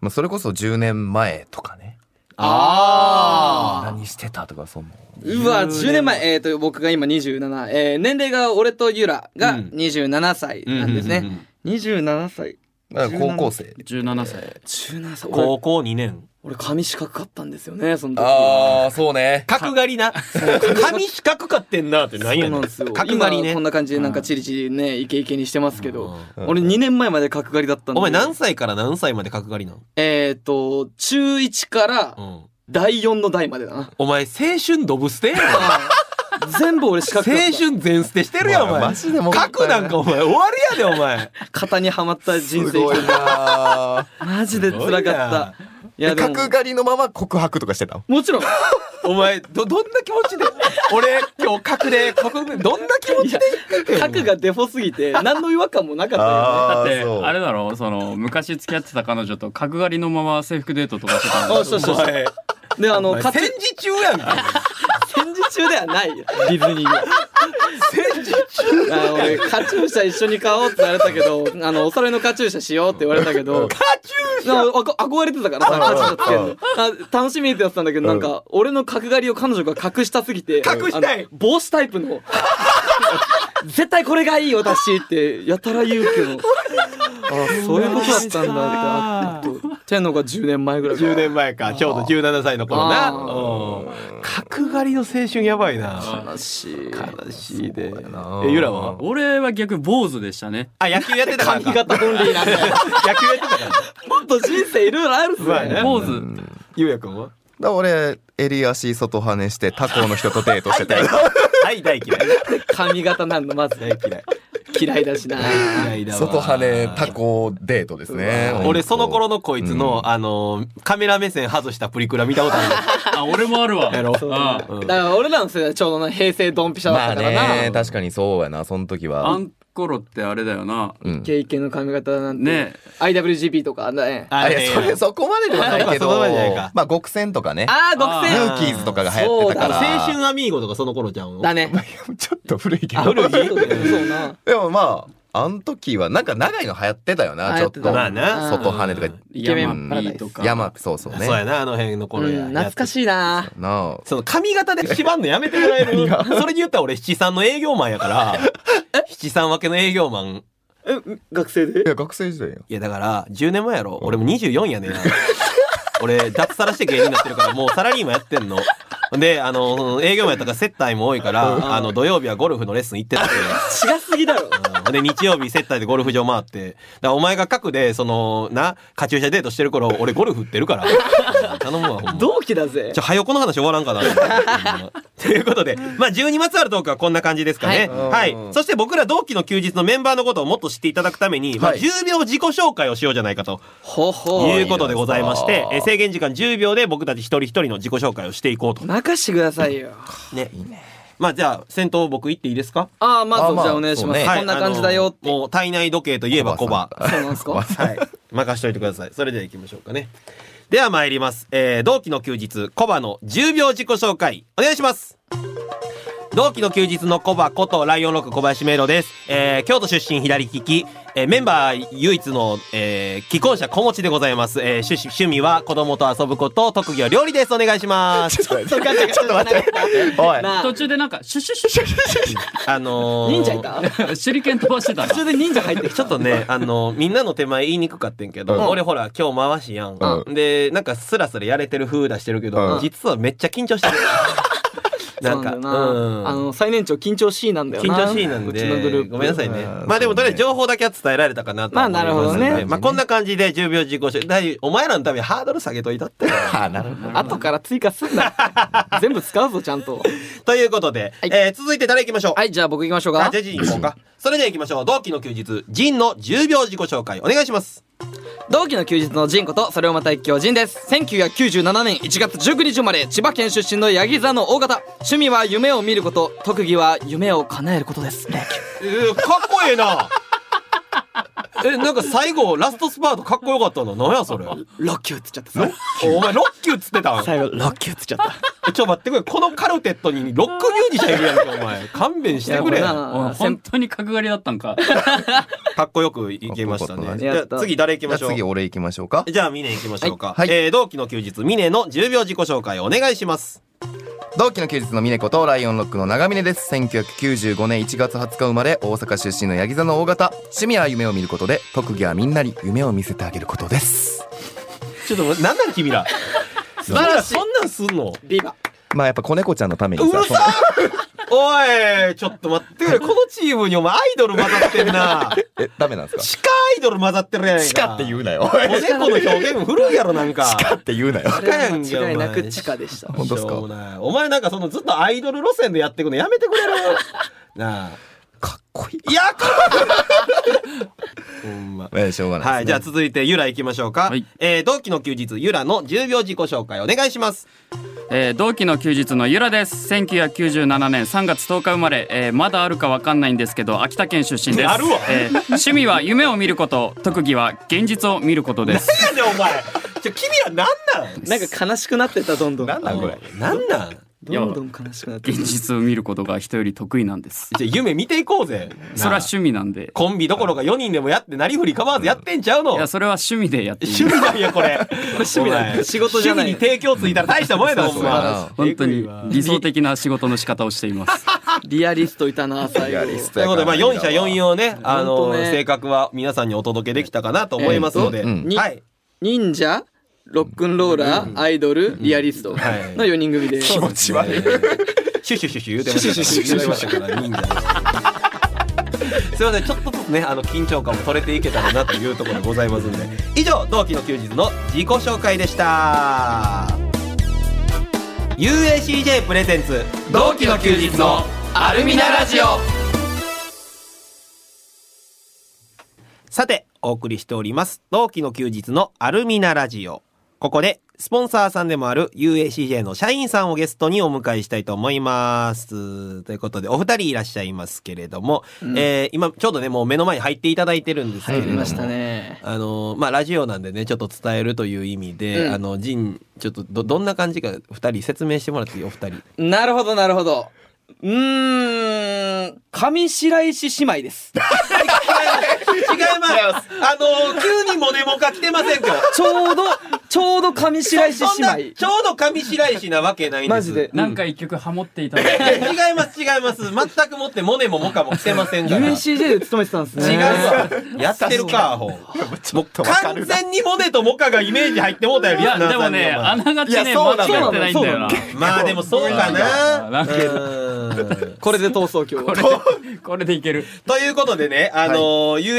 [SPEAKER 2] まあそれこそ10年前とかね
[SPEAKER 3] あ
[SPEAKER 2] 何してたとかその
[SPEAKER 3] うわ10年前えー、と僕が今27、えー、年齢が俺とユラが
[SPEAKER 1] うん
[SPEAKER 3] 27歳なんですね、27歳
[SPEAKER 2] だから高校生
[SPEAKER 4] 17歳
[SPEAKER 3] 17歳俺
[SPEAKER 1] 高校2年。
[SPEAKER 3] 俺紙四角かったんですよねその時
[SPEAKER 2] あそうね
[SPEAKER 1] 角刈りな。髪四角かってんなってなん
[SPEAKER 3] そう
[SPEAKER 1] や
[SPEAKER 3] な
[SPEAKER 1] ね
[SPEAKER 3] ん
[SPEAKER 1] ん
[SPEAKER 3] ですよ。
[SPEAKER 1] 角刈り
[SPEAKER 3] 今
[SPEAKER 1] ね
[SPEAKER 3] こん。な感じでなんかチリチリね、イケイケにしてますけど、
[SPEAKER 2] うん
[SPEAKER 3] 俺2年前まで角刈りだったんで。
[SPEAKER 1] お前何歳から何歳まで角刈りなの、
[SPEAKER 3] えっ、と、中1から
[SPEAKER 1] うん、
[SPEAKER 3] 第4の代までだな。
[SPEAKER 1] お前青春ドブ捨 てやろ
[SPEAKER 3] 全部俺四
[SPEAKER 1] 青
[SPEAKER 3] 角だった。
[SPEAKER 1] 春全捨てしてるやんお前。
[SPEAKER 2] マジでもったいない
[SPEAKER 1] 角なんかお前終わりやでお前。
[SPEAKER 3] 型にはまった
[SPEAKER 2] す
[SPEAKER 3] 人
[SPEAKER 2] ごい
[SPEAKER 3] 生。
[SPEAKER 2] な
[SPEAKER 3] マジで辛かった。いや、でも、
[SPEAKER 2] 角刈りのまま告白とかしてたの
[SPEAKER 3] もちろん。
[SPEAKER 1] お前どどんな気持ちで俺今日角で角でどんな気持ちで
[SPEAKER 3] 角がデフォすぎて、何の違和感もな
[SPEAKER 2] あ
[SPEAKER 3] かったよね。
[SPEAKER 4] だって
[SPEAKER 2] そう
[SPEAKER 4] あれだろその昔付き合ってた彼女と角刈りのまま制服デートとかしてたんだ
[SPEAKER 3] あ、そうそうそう。で、あの、
[SPEAKER 1] お前
[SPEAKER 3] かつ
[SPEAKER 1] 戦時中やんか
[SPEAKER 3] 戦時中ではないよディズニー が戦時中あ俺カチューシャ一緒に買おうって言われたけどあのお揃いのカチューシャしようって言われたけどカチューシャ憧れてたからさカチューシャつけるのあ楽しみってやってたんだけどなんか俺の角刈りを彼女が隠したすぎて
[SPEAKER 1] 隠したい
[SPEAKER 3] あの帽子タイプの絶対これがいい私ってやたら言うけどあそういうことだったんだってあっていうのが10年前ぐらいか
[SPEAKER 1] 10年前かちょうど17歳の頃
[SPEAKER 3] あ
[SPEAKER 1] な
[SPEAKER 3] ー
[SPEAKER 1] うん角刈りの青春やばいな
[SPEAKER 3] 悲しい
[SPEAKER 1] 悲しいで
[SPEAKER 2] な
[SPEAKER 1] えゆらは
[SPEAKER 4] 俺は逆坊主でしたね
[SPEAKER 1] あ野球やってたから
[SPEAKER 3] 髪
[SPEAKER 1] か
[SPEAKER 3] 型オンリーなんだよ
[SPEAKER 1] 野球やってたから
[SPEAKER 3] もっと人生いろいろあるっす
[SPEAKER 1] まあ
[SPEAKER 3] ね。
[SPEAKER 1] ね
[SPEAKER 4] 坊主
[SPEAKER 1] ゆうやくんは
[SPEAKER 2] だから俺襟足外跳ねして他校の人とデートしてたよ
[SPEAKER 1] 大大嫌い
[SPEAKER 3] 髪型なんのまず
[SPEAKER 1] 大嫌い
[SPEAKER 3] 嫌いだしな。
[SPEAKER 2] 外羽ねタコデートですね。
[SPEAKER 1] 俺その頃のこいつの、あのカメラ目線外したプリクラ見たことある
[SPEAKER 4] あ、俺もある わ。
[SPEAKER 1] やろ
[SPEAKER 4] うんあ
[SPEAKER 3] だから俺らの世代ちょうどな平成ドンピシャだ
[SPEAKER 2] ま
[SPEAKER 3] っ
[SPEAKER 2] あ
[SPEAKER 3] たからな。
[SPEAKER 2] ね確かにそうやなその時は。
[SPEAKER 4] ん頃ってあれだよな。
[SPEAKER 2] うん
[SPEAKER 3] イケイケの髪型なんて。
[SPEAKER 4] ね
[SPEAKER 3] IWGP とかね。
[SPEAKER 2] あれそれそこまでではないけ
[SPEAKER 1] あそ
[SPEAKER 2] ど
[SPEAKER 1] こまでじゃないか
[SPEAKER 2] まあ極戦とかね
[SPEAKER 3] ああ、独
[SPEAKER 2] ル
[SPEAKER 1] あ
[SPEAKER 3] 占
[SPEAKER 2] ーキーズとかが流行ってたから。
[SPEAKER 1] 青春アミーゴとかその頃じゃん
[SPEAKER 3] だね。
[SPEAKER 2] ちょっと古いけ
[SPEAKER 1] あ
[SPEAKER 2] ど。
[SPEAKER 1] 古い
[SPEAKER 3] そうな。
[SPEAKER 2] でもまあ、あの時は、なんか長いの流行ってたよな、
[SPEAKER 3] 流
[SPEAKER 2] ちょ
[SPEAKER 3] 行
[SPEAKER 2] っ
[SPEAKER 3] って
[SPEAKER 2] と。
[SPEAKER 3] た
[SPEAKER 1] まあな
[SPEAKER 2] 外跳ねとか、
[SPEAKER 3] イケメ
[SPEAKER 4] ヤ
[SPEAKER 3] ン
[SPEAKER 4] マピーとか。
[SPEAKER 2] 山、そうそうね。
[SPEAKER 1] そうやなあの辺の頃や、
[SPEAKER 3] うん、懐かしいな。
[SPEAKER 2] なあ。
[SPEAKER 1] その髪型で縛んのやめてもらえるそれで言ったら俺七三の営業マンやから七三分けの営業マン
[SPEAKER 3] 学生で
[SPEAKER 2] いや、学生時代よ。
[SPEAKER 1] いやだから10年前やろ俺も24やねん俺脱サラして芸人になってるからもうサラリーマンやってんのであの営業マンやったから接待も多いからあの土曜日はゴルフのレッスン行ってたけ
[SPEAKER 3] 違すぎだろ。
[SPEAKER 1] どで日曜日接待でゴルフ場回ってだからお前が各でそのなカチューシャデートしてる頃俺ゴルフ売ってるからうん頼むわほんま
[SPEAKER 3] 同期だぜ
[SPEAKER 1] じゃ。あ、はよこの話終わらんかな。ほんまということで、まあ、12月あるトークはこんな感じですかね。
[SPEAKER 2] は
[SPEAKER 1] はいい。
[SPEAKER 2] うん
[SPEAKER 1] そして僕ら同期の休日のメンバーのことをもっと知っていただくために、まあ、
[SPEAKER 2] はい
[SPEAKER 1] 10秒自己紹介をしようじゃないかと
[SPEAKER 3] ほうほ。
[SPEAKER 1] いううことでございまして
[SPEAKER 2] は、い
[SPEAKER 1] えー制限時間10秒で僕たち一人一人の自己紹介をしていこうと。
[SPEAKER 3] 任してくださいよ。
[SPEAKER 1] ね。まあ、じゃあ、先頭僕行っていいですか
[SPEAKER 3] ああ、まず
[SPEAKER 2] あまあ
[SPEAKER 3] じゃあお願いします。
[SPEAKER 2] そうね
[SPEAKER 1] はい
[SPEAKER 3] こんな感じだよっ
[SPEAKER 1] あ
[SPEAKER 3] て。
[SPEAKER 1] のもう体内時計といえばコバ。
[SPEAKER 3] そうなんすか
[SPEAKER 1] はい。任しといてください。それでは行きましょうかね。では参ります。えー同期の休日、コバの10秒自己紹介、お願いします。同期の休日のコバことライオンロック小林メイロです。えー京都出身左利き、えーメンバー唯一の、えー既婚者小持ちでございます。えー趣趣味は子供と遊ぶこと、特技は料理です。お願いします。
[SPEAKER 2] ちょっ
[SPEAKER 3] ちょっと待って。ちょっと待って。
[SPEAKER 2] おい。
[SPEAKER 3] なあ
[SPEAKER 4] 途、中でなんか、シュシュシュシュシ
[SPEAKER 1] あのー
[SPEAKER 3] 忍者いた
[SPEAKER 4] ュ。手裏剣飛ばしてたな。
[SPEAKER 3] 途中で忍者入ってき
[SPEAKER 1] ちょっとね、あの、みんなの手前言いにくかってんけど、
[SPEAKER 2] うん
[SPEAKER 1] 俺ほら、今日回しやん。
[SPEAKER 2] う
[SPEAKER 1] で、なんかスラスラやれてる風出してるけど、
[SPEAKER 2] うん
[SPEAKER 1] 実はめっちゃ緊張してる。
[SPEAKER 3] た。
[SPEAKER 1] なん
[SPEAKER 3] そう
[SPEAKER 1] か、
[SPEAKER 3] だよ
[SPEAKER 1] うん
[SPEAKER 3] な。あの、最年長緊張しいなんだよ
[SPEAKER 1] 緊
[SPEAKER 3] な。
[SPEAKER 1] 張しいなん
[SPEAKER 3] うちのグ
[SPEAKER 1] で
[SPEAKER 3] ル、ープ。
[SPEAKER 1] ごめんなさいね
[SPEAKER 2] うん。
[SPEAKER 1] まあでもとりあえず情報だけは伝えられたかなと思います
[SPEAKER 3] まあなるほどね
[SPEAKER 1] んでまあこんな感じで10秒自己紹介。お前らのためにハードル下げといた って。
[SPEAKER 2] あ、なるほど。
[SPEAKER 3] 後から追加すんな。 全部使うぞ、ちゃんと。
[SPEAKER 1] ということで、
[SPEAKER 3] はい
[SPEAKER 1] えー続いて誰行きましょう。
[SPEAKER 3] はい、じゃあ僕行きましょう
[SPEAKER 1] あ
[SPEAKER 3] か
[SPEAKER 1] じゃ。あジン行こうか。それでは行きましょう。同期の休日、ジンの10秒自己紹介、お願いします。
[SPEAKER 3] 同期の休日のジンこと、それをまた一挙ジンです。1997年1月19日生まれ、千葉県出身のヤギ座の大型。趣味は夢を見ること、特技は夢を叶えることです。ね
[SPEAKER 1] えーかっこええなえなんか最後ラストスパートかっこよかったのなんやそれ
[SPEAKER 3] ロッキューっつっちゃったさ。
[SPEAKER 1] お前ロッキューっつってたんちょ
[SPEAKER 3] 最後、ロッキューっつっちゃった。
[SPEAKER 1] っと待ってくれこのカルテットにロックミュージシャンいるやんけお前勘弁してくれ
[SPEAKER 3] いや
[SPEAKER 1] か
[SPEAKER 3] もう
[SPEAKER 4] おい
[SPEAKER 3] な
[SPEAKER 4] 本当に角刈りだったんか。
[SPEAKER 1] っこよくいけました
[SPEAKER 2] かっこよか
[SPEAKER 1] ね
[SPEAKER 2] った
[SPEAKER 1] じゃあ次誰行き
[SPEAKER 2] じゃ
[SPEAKER 1] ま
[SPEAKER 2] あ
[SPEAKER 1] しょ
[SPEAKER 2] 次
[SPEAKER 1] う
[SPEAKER 2] 俺行きましょうか。
[SPEAKER 1] じゃあミネ行きましょうか、
[SPEAKER 2] はい
[SPEAKER 1] えー同期の休日ミネの10秒自己紹介お願いします
[SPEAKER 2] 同期の休日のミネコとライオンロックの長峰です。1995年1月20日生まれ、大阪出身のヤギ座の大型。趣味は夢を見ることで、特技はみんなに夢を見せてあげることです。
[SPEAKER 1] ちょっと何なん君ら 素晴らしいそんなんすんの
[SPEAKER 3] ビバ。
[SPEAKER 2] まあやっぱ子猫ちゃんのために
[SPEAKER 1] うるさおいちょっと待ってくれこのチームにお前アイドル混ざってんな
[SPEAKER 2] そのえ、ダメなんですか
[SPEAKER 1] 地下アイドル混ざってるやないか
[SPEAKER 2] うなよ。おい
[SPEAKER 1] おでこの表現古いやろなんか。
[SPEAKER 2] 地下って言うなよ。
[SPEAKER 1] 地下やんけ
[SPEAKER 3] 間違いな
[SPEAKER 1] お
[SPEAKER 3] く
[SPEAKER 1] 前
[SPEAKER 3] 地下でした。
[SPEAKER 2] 本当っすか
[SPEAKER 1] しょうもないお前なんかそのずっとアイドル路線でやってくのやめてくれるな
[SPEAKER 2] かっこいい。
[SPEAKER 1] あ。いやかほんま。
[SPEAKER 2] えー、しょうがないですね。
[SPEAKER 1] はい、じゃあ続いてゆら行きましょうか。
[SPEAKER 4] はい
[SPEAKER 1] えー同期の休日ゆらの10秒自己紹介お願いします。
[SPEAKER 4] えー同期の休日のゆらです。1997年3月10日生まれ、えーまだあるかわかんないんですけど、秋田県出身です。
[SPEAKER 1] あるわ
[SPEAKER 4] えー趣味は夢を見ること、特技は現実を見ることです。
[SPEAKER 1] なんでお前。ちょ君らなんなん。
[SPEAKER 3] なんか悲しくなってった、どんどん。
[SPEAKER 2] なんなんこれ。
[SPEAKER 1] なんなん。じ
[SPEAKER 3] どんどん悲しくなってっ
[SPEAKER 4] 現実を見ることが人より得意なんです。
[SPEAKER 1] ゃあ夢見ていこうぜ。
[SPEAKER 4] それは
[SPEAKER 1] なあ
[SPEAKER 4] 趣味なんで。
[SPEAKER 1] コンビどころか4人でもやってなりふり構わずやってんちゃうの。
[SPEAKER 4] いや、それは趣味でやってい
[SPEAKER 1] 趣
[SPEAKER 4] る。
[SPEAKER 1] 味なんやこれ。趣
[SPEAKER 3] 味なんや仕事じゃない
[SPEAKER 1] 趣味に提供ついたら大したもんやなほん
[SPEAKER 2] そうや
[SPEAKER 1] ま
[SPEAKER 2] な。
[SPEAKER 4] 本当に理想的な仕事の仕方をしています。
[SPEAKER 3] たリアリストいたな、最後。
[SPEAKER 2] リアリスト
[SPEAKER 1] ということで、まあ、
[SPEAKER 2] 四
[SPEAKER 1] 4社4
[SPEAKER 2] 四
[SPEAKER 1] 用ね、あの、
[SPEAKER 3] 本当ね
[SPEAKER 1] 性格は皆さんにお届けできたかなと思いますので、
[SPEAKER 2] えー
[SPEAKER 3] と
[SPEAKER 1] はい。
[SPEAKER 3] 忍者、ロックンローラー、アイドル、リアリスト
[SPEAKER 1] はい
[SPEAKER 3] の4人組で。
[SPEAKER 2] 気持ち悪い。
[SPEAKER 1] シュシュシュシュ言うてましたから、言うてましたから、忍者。すいません、ちょっとずつね、あの、緊張感も取れていけたらなというところでございますんで、以上、同期の休日の自己紹介でした。UACJ プレゼンツ、同期の休日のアルミナラジオさてお送りしております同期の休日のアルミナラジオここでスポンサーさんでもある UACJ の社員さんをゲストにお迎えしたいと思います。ということでお二人いらっしゃいますけれども、えー今ちょうどねもう目の前に入っていただいてるんですけれ
[SPEAKER 3] 入
[SPEAKER 1] ど
[SPEAKER 3] り
[SPEAKER 1] も、
[SPEAKER 3] ましたね。
[SPEAKER 1] あのまあラジオなんでねちょっと伝えるという意味で、
[SPEAKER 3] うん
[SPEAKER 1] あのジンちょっとどどんな感じか二人説明してもらっていいお 二人
[SPEAKER 3] なるほど、なるほど。うーん、上白石姉妹です。
[SPEAKER 1] 違いますあの急にモネモカ来てませんか
[SPEAKER 3] ちょうど、 ちょうど上白石
[SPEAKER 1] そんな
[SPEAKER 3] 姉
[SPEAKER 1] ちょうど上白石なわけないんです
[SPEAKER 3] 妹。マジで。
[SPEAKER 4] なんか一曲ハモっていただ いて。
[SPEAKER 1] 違います違います全くもってモネもモカも来てません から違う
[SPEAKER 3] UNCJ で勤めてたんですね。
[SPEAKER 1] わやってるかアホ
[SPEAKER 2] もう
[SPEAKER 1] 完全にモネとモカがイメージ入ってもうたよ
[SPEAKER 4] い
[SPEAKER 1] リスナ
[SPEAKER 4] や、
[SPEAKER 1] ー
[SPEAKER 4] で
[SPEAKER 1] さ
[SPEAKER 4] も
[SPEAKER 1] んに
[SPEAKER 4] ね、
[SPEAKER 1] お前
[SPEAKER 4] あながち
[SPEAKER 2] い
[SPEAKER 4] ね、
[SPEAKER 2] やそう
[SPEAKER 4] 間
[SPEAKER 2] なんだ
[SPEAKER 4] 違ってないんだよな。
[SPEAKER 1] まあでもそうか
[SPEAKER 4] う
[SPEAKER 1] なん
[SPEAKER 4] なん
[SPEAKER 1] う
[SPEAKER 4] か
[SPEAKER 1] ん
[SPEAKER 3] これで逃走今
[SPEAKER 4] こ
[SPEAKER 3] 日。
[SPEAKER 4] れ で、これでいける。
[SPEAKER 1] ということでね、あのー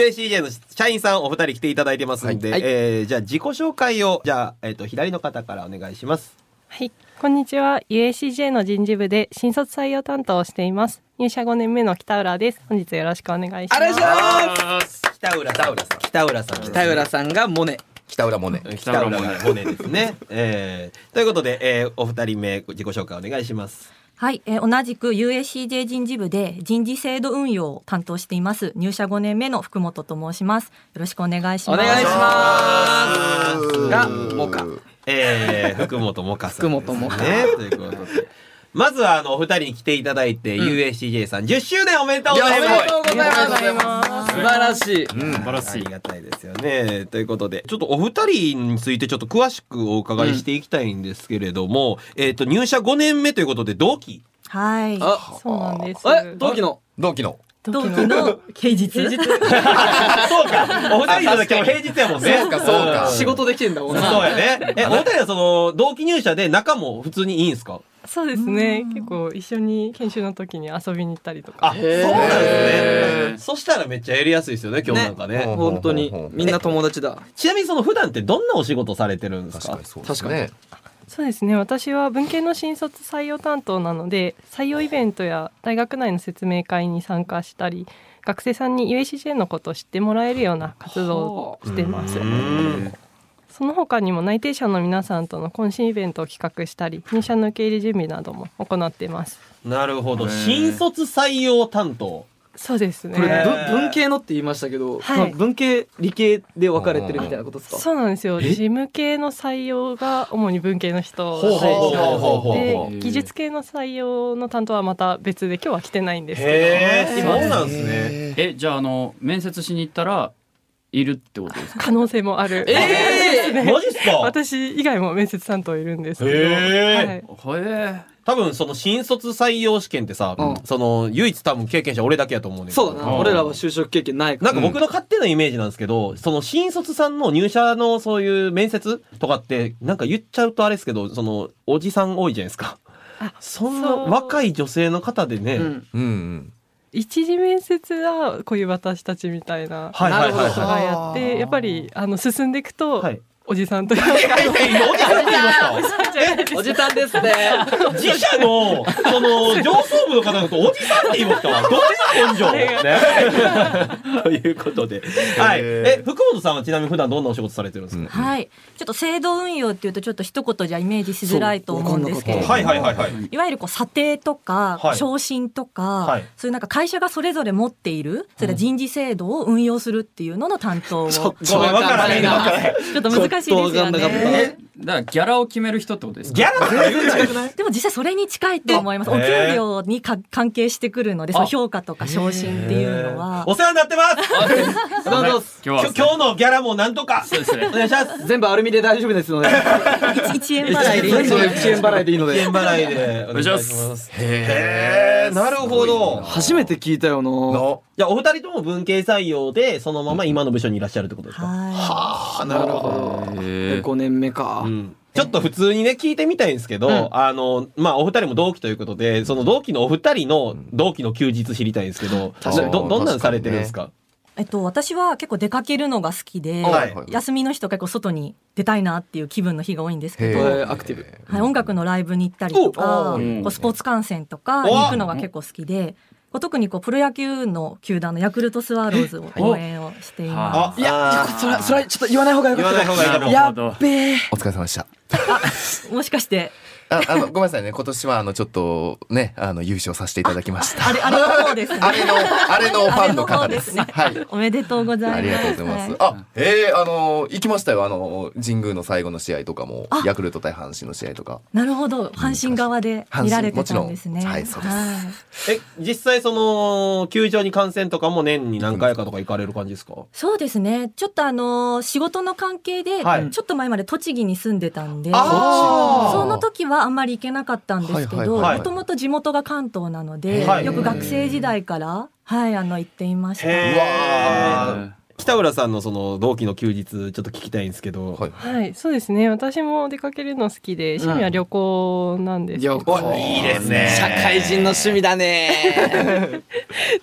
[SPEAKER 1] UACJ の社員さんお二人来ていただいてますんで、
[SPEAKER 3] はい
[SPEAKER 1] えーじゃあ自己紹介を、じゃあ、えっ、と、左の方からお願いします。
[SPEAKER 9] はい、こんにちは。UACJ の人事部で新卒採用担当をしています。入社5年目の北浦です。本日よろしくお願いします。
[SPEAKER 3] ありがとうございます
[SPEAKER 1] 北浦さん。北浦さん。北
[SPEAKER 3] 田浦さんがモネ。
[SPEAKER 2] 北浦もね。
[SPEAKER 1] 北浦骨です ね。えー、ということで、えーお二人目、自己紹介お願いします。
[SPEAKER 10] はい、えー同じく UACJ 人事部で人事制度運用を担当しています入社5年目の福本と申しますよろしくお願いし
[SPEAKER 3] お
[SPEAKER 10] ます
[SPEAKER 3] 願いします。が、モカ。
[SPEAKER 1] えー、福本もかさん、
[SPEAKER 3] 福本萌歌
[SPEAKER 1] ね。ということで。まずは、あの、お二人に来ていただいて、UACJ さん、10周年おめでとうございます。
[SPEAKER 2] いやすごい
[SPEAKER 3] ございます。素晴らしい。
[SPEAKER 4] 素晴らし
[SPEAKER 1] あり
[SPEAKER 4] い。
[SPEAKER 1] がたいですよね。ということで、ちょっとお二人についてちょっと詳しくお伺いしていきたいんですけれども、えっ、と、入社5年目ということで、同 期
[SPEAKER 10] はい
[SPEAKER 3] あ、
[SPEAKER 9] そうなんです。
[SPEAKER 3] え、同期の。
[SPEAKER 2] 同期の。
[SPEAKER 10] 同 期の平日
[SPEAKER 1] そうかお二人の時は平日やもんね。
[SPEAKER 2] そうかそうか
[SPEAKER 1] ん
[SPEAKER 3] 仕事できてんだもん
[SPEAKER 1] そう
[SPEAKER 3] な。
[SPEAKER 1] やね。え、お二人はその、同期入社で仲も普通にいいんすか
[SPEAKER 9] そうですね。結構一緒に研修の時に遊びに行ったりとか。
[SPEAKER 1] あ、そうなんです
[SPEAKER 4] へー
[SPEAKER 1] ね。そしたらめっちゃやりやすいですよね、今日なんかね。
[SPEAKER 2] ねうん
[SPEAKER 3] 本当に。みんな友達だ。
[SPEAKER 1] ちなみにその普段ってどんなお仕事されてるんですか
[SPEAKER 2] そう
[SPEAKER 3] ですね。
[SPEAKER 9] そうですね。私は文系の新卒採用担当なので、採用イベントや大学内の説明会に参加したり、学生さんに UACJ のことを知ってもらえるような活動をしてます。
[SPEAKER 1] うん
[SPEAKER 9] その他にも内定者の皆さんとの懇親イベントを企画したり、入社の受け入れ準備なども行っています。
[SPEAKER 1] なるほど。新卒採用担当。
[SPEAKER 9] そうですね。
[SPEAKER 3] これ
[SPEAKER 1] ね
[SPEAKER 3] ぶ文系のって言いましたけど、
[SPEAKER 9] はい
[SPEAKER 3] まあ文系理系で分かれてるみたいなことですか。
[SPEAKER 9] そうなんですよ事務系の採用が主に文系の人
[SPEAKER 1] ほうほうほうほうほう
[SPEAKER 9] で技術系の採用の担当はまた別で今日は来てないんです
[SPEAKER 1] へえ、
[SPEAKER 9] けど
[SPEAKER 1] そう
[SPEAKER 9] 今
[SPEAKER 1] なんですね。
[SPEAKER 4] え、じゃあ、あの、面接しに行ったら、いるってことですか
[SPEAKER 9] 可能性もある、
[SPEAKER 3] ええ
[SPEAKER 1] マジっすか
[SPEAKER 9] 私以外も面接担当いるんですけど、
[SPEAKER 1] へー
[SPEAKER 9] はい、
[SPEAKER 4] へえ。
[SPEAKER 1] 多分その新卒採用試験ってさ、
[SPEAKER 3] うん
[SPEAKER 1] その唯一多分経験者俺だけやと思うねんけど
[SPEAKER 3] そうだな。
[SPEAKER 4] うん
[SPEAKER 3] 俺らは就職経験ないか
[SPEAKER 1] な
[SPEAKER 3] ら。
[SPEAKER 1] んか僕の勝手なイメージなんですけど、その新卒さんの入社のそういう面接とかって、なんか言っちゃうとあれですけど、そのおじさん多いじゃないですか
[SPEAKER 9] あ。
[SPEAKER 1] そんな
[SPEAKER 9] そう
[SPEAKER 1] 若い女性の方でね、
[SPEAKER 3] うん。
[SPEAKER 2] うんうん。
[SPEAKER 9] 一次面接はこういう私たちみたいな
[SPEAKER 1] はいはいはい
[SPEAKER 3] なるほ
[SPEAKER 9] 人
[SPEAKER 3] ど
[SPEAKER 1] は
[SPEAKER 9] がやってやっぱりあの進んでいくと、
[SPEAKER 1] い。はい。
[SPEAKER 9] おじさんとい うか
[SPEAKER 1] え、おじさんって言いました
[SPEAKER 3] おじさんですね。
[SPEAKER 1] 自社の、その、上層部の方のことおじさんって言いました わ。どんな根性ね。 ということで。はい。え、福本さんはちなみに普段どんなお仕事されてるんですか、
[SPEAKER 10] はいちょっと制度運用っていうとちょっと一言じゃイメージしづらいと思うんですけれども
[SPEAKER 1] はいはいはいはい。
[SPEAKER 10] いわゆるこう査定とか、
[SPEAKER 1] はい
[SPEAKER 10] 昇進とか、
[SPEAKER 1] はい
[SPEAKER 10] そういうなんか会社がそれぞれ持っているそれから人事制度を運用するっていうのの担 当をちょっ
[SPEAKER 1] ごめん、わからないな。
[SPEAKER 10] と難しいです
[SPEAKER 3] ちょっとわか
[SPEAKER 10] よ
[SPEAKER 3] んなかった
[SPEAKER 10] ね。
[SPEAKER 4] え、だからギャラを決める人ってことですか
[SPEAKER 1] ギャラ全然違くない
[SPEAKER 10] でも実際それに近いと思います。
[SPEAKER 1] あ
[SPEAKER 10] お給料にか関係してくるので、その評価とか昇進っていうのは。
[SPEAKER 1] お世話になってます
[SPEAKER 3] どうぞどうぞ
[SPEAKER 4] 今
[SPEAKER 1] 今
[SPEAKER 4] 日は
[SPEAKER 1] 日今日のギャラもなんとか
[SPEAKER 4] そうです ね
[SPEAKER 1] お願いします
[SPEAKER 3] 全部アルミで大丈夫ですので。
[SPEAKER 10] 1円払いでいい
[SPEAKER 3] 全部1円払いでいいので
[SPEAKER 1] 円。払いでお願いし
[SPEAKER 4] お願
[SPEAKER 1] ますへえなるほど
[SPEAKER 3] 初めて聞いたよな。
[SPEAKER 2] の。
[SPEAKER 1] じゃあお二人とも文系採用でそのまま今の部署にいらっしゃるってことですか、
[SPEAKER 10] は
[SPEAKER 2] あ、なるほど。
[SPEAKER 4] へー
[SPEAKER 3] 5年目か
[SPEAKER 1] う。んちょっと普通にね聞いてみたいんですけど、
[SPEAKER 3] うん
[SPEAKER 1] あのまあお二人も同期ということでその同期のお二人の同期の休日知りたいんですけど、
[SPEAKER 2] 確かに
[SPEAKER 1] どどんなんされてるんですか
[SPEAKER 10] い。えっと、私は結構出かけるのが好きで、
[SPEAKER 1] はい
[SPEAKER 10] 休みの日とか結構外に出たいなっていう気分の日が多いんですけ
[SPEAKER 3] へ
[SPEAKER 10] ど、
[SPEAKER 3] えーアクティブ
[SPEAKER 10] はい、音楽のライブに行ったりとか、
[SPEAKER 1] お
[SPEAKER 10] こ
[SPEAKER 1] お
[SPEAKER 10] うスポーツ観戦とか
[SPEAKER 1] お
[SPEAKER 10] に行くのが結構好きで、こう特にこうプロ野球の球団のヤクルトスワローズを応援をしていま
[SPEAKER 11] いや、それは、それはちょっと言わない方がよかった。
[SPEAKER 2] 言わない方がいい
[SPEAKER 11] やっべえ。
[SPEAKER 2] お疲れ様でした。
[SPEAKER 10] す。もしかして
[SPEAKER 2] あ、あの、ごめんなさいね。今年は、あの、ちょっと、ね、あの、優勝させていただきました。
[SPEAKER 10] あれあれの方ですね。
[SPEAKER 2] あれの、あれのファンの方です。
[SPEAKER 10] あれの方
[SPEAKER 2] は
[SPEAKER 10] です
[SPEAKER 2] い
[SPEAKER 10] ね。。おめでとうございます。
[SPEAKER 2] ありがとうございます。
[SPEAKER 10] は
[SPEAKER 2] あ、ええあのー行きましたよ。あのー神宮の最後の試合とかも
[SPEAKER 10] あ、
[SPEAKER 2] ヤクルト対阪神の試合とか。
[SPEAKER 10] なるほど、阪神側で見られてたんですね。
[SPEAKER 2] 阪神もちろんはいそうです
[SPEAKER 10] はい
[SPEAKER 1] え実際その球場に観戦とかも年に何回かとか行かれる感じですか
[SPEAKER 10] そうですね。ちょっとあのー仕事の関係で、
[SPEAKER 1] はい
[SPEAKER 10] ちょっと前まで栃木に住んでたんで、
[SPEAKER 1] あー
[SPEAKER 10] その時はあんまり行けなかったんですけ
[SPEAKER 1] はい
[SPEAKER 10] ど、
[SPEAKER 1] はいはい
[SPEAKER 10] もともと地元が関東なので、
[SPEAKER 1] はい
[SPEAKER 10] よく学生時代から、はい、あの、行っていました。
[SPEAKER 1] わ北浦さんのその同期の休日ちょっと聞きたいんですけど、
[SPEAKER 9] はい、そうですね。私も出かけるの好きで、趣味は旅行なんですけど。
[SPEAKER 1] いいですね
[SPEAKER 11] 社会人の趣味だ ね。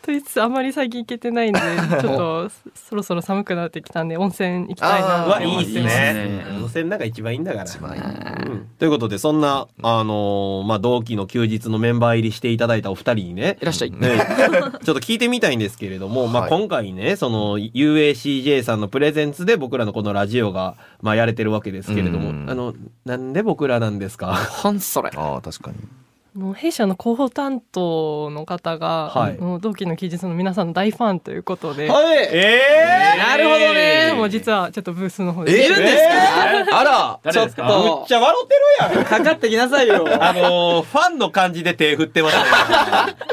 [SPEAKER 9] と言いつつあまり最近行けてないんで、ちょっとそろそろ寒くなってきたんで温泉行きたいな
[SPEAKER 1] う
[SPEAKER 9] と
[SPEAKER 1] わ
[SPEAKER 9] 思
[SPEAKER 1] いいっすね温泉なんか一番いいんだからうんということでそんな、あのーまあ、同期の休日のメンバー入りしていただいたお二人にねいらっしゃい、ね、ちょっと聞いてみたいんですけれども、まあ、今回ねその UACJ さんのプレゼンツで僕らのこのラジオが、まあ、やれてるわけですけれども、あのなんで僕らなんですか
[SPEAKER 11] 本それ
[SPEAKER 2] ああ確かに
[SPEAKER 9] あの弊社の広報担当の方が、
[SPEAKER 1] はい
[SPEAKER 9] あの同期の休日の皆さんの大ファンということで、
[SPEAKER 11] はい
[SPEAKER 1] えー
[SPEAKER 11] なるほどね
[SPEAKER 9] でも実はちょっとブースの方
[SPEAKER 11] いるんですか、あら
[SPEAKER 1] 誰
[SPEAKER 11] ちょ
[SPEAKER 1] で
[SPEAKER 11] っ
[SPEAKER 1] す
[SPEAKER 11] と
[SPEAKER 1] かむっちゃ笑ってるやん
[SPEAKER 11] かかってきなさいよ
[SPEAKER 1] あのーファンの感じで手振ってますね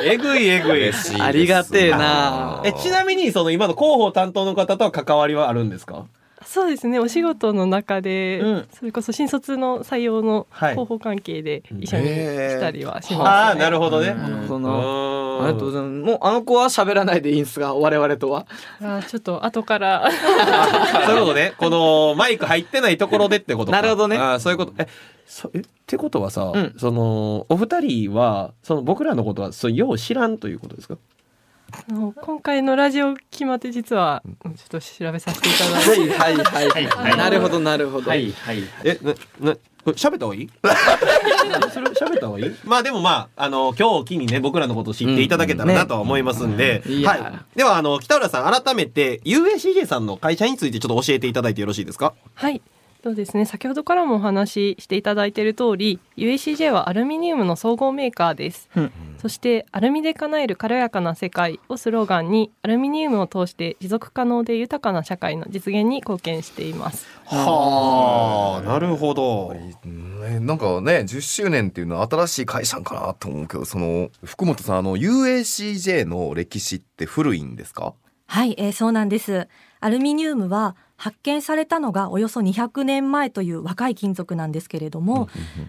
[SPEAKER 1] えぐいえぐい
[SPEAKER 2] 嬉しいです
[SPEAKER 11] ありがてえな
[SPEAKER 1] えちなみにその今の広報担当の方とは関わりはあるんですか
[SPEAKER 9] そうですねお仕事の中で、
[SPEAKER 1] うん
[SPEAKER 9] それこそ新卒の採用の
[SPEAKER 1] はい
[SPEAKER 9] 広報関係で一緒にしたりはします、ね
[SPEAKER 1] ああなるほどね
[SPEAKER 11] なるほど
[SPEAKER 1] う
[SPEAKER 11] な
[SPEAKER 1] ーん
[SPEAKER 11] ありがとうございますもうあの子は喋らないでいいんすが我々とは
[SPEAKER 9] あーちょっと後から
[SPEAKER 1] そういうことねこのマイク入ってないところでってことか
[SPEAKER 11] なるほどね
[SPEAKER 1] あーそういうことえそえってことはさ、
[SPEAKER 11] うん
[SPEAKER 1] そのお二人はその僕らのことはそうよう知らんということですか
[SPEAKER 9] あの今回のラジオ決まって実はちょっと調べさせていただいて
[SPEAKER 11] はいはいはいはいなるほどなるほど、
[SPEAKER 4] はい
[SPEAKER 1] えななこれ喋った方がいいそれ喋った方がいいまあでもまああの今日を機にね僕らのことを知っていただけたらなとは思いますんで、
[SPEAKER 11] うんねいや
[SPEAKER 1] はい、ではあの北浦さん改めて UACJ さんの会社についてちょっと教えていただいてよろしいですか
[SPEAKER 9] はいそうですね先ほどからもお話ししていただいている通り UACJ はアルミニウムの総合メーカーです、
[SPEAKER 11] うん
[SPEAKER 9] そしてアルミで叶える軽やかな世界をスローガンにアルミニウムを通して持続可能で豊かな社会の実現に貢献しています
[SPEAKER 1] はあなるほど
[SPEAKER 2] ねなんかね10周年っていうのは新しい会社なんかなと思うけどその福本さんあの UACJ の歴史って古いんですか
[SPEAKER 10] はい、えーそうなんです。アルミニウムは発見されたのがおよそ200年前という若い金属なんですけれども、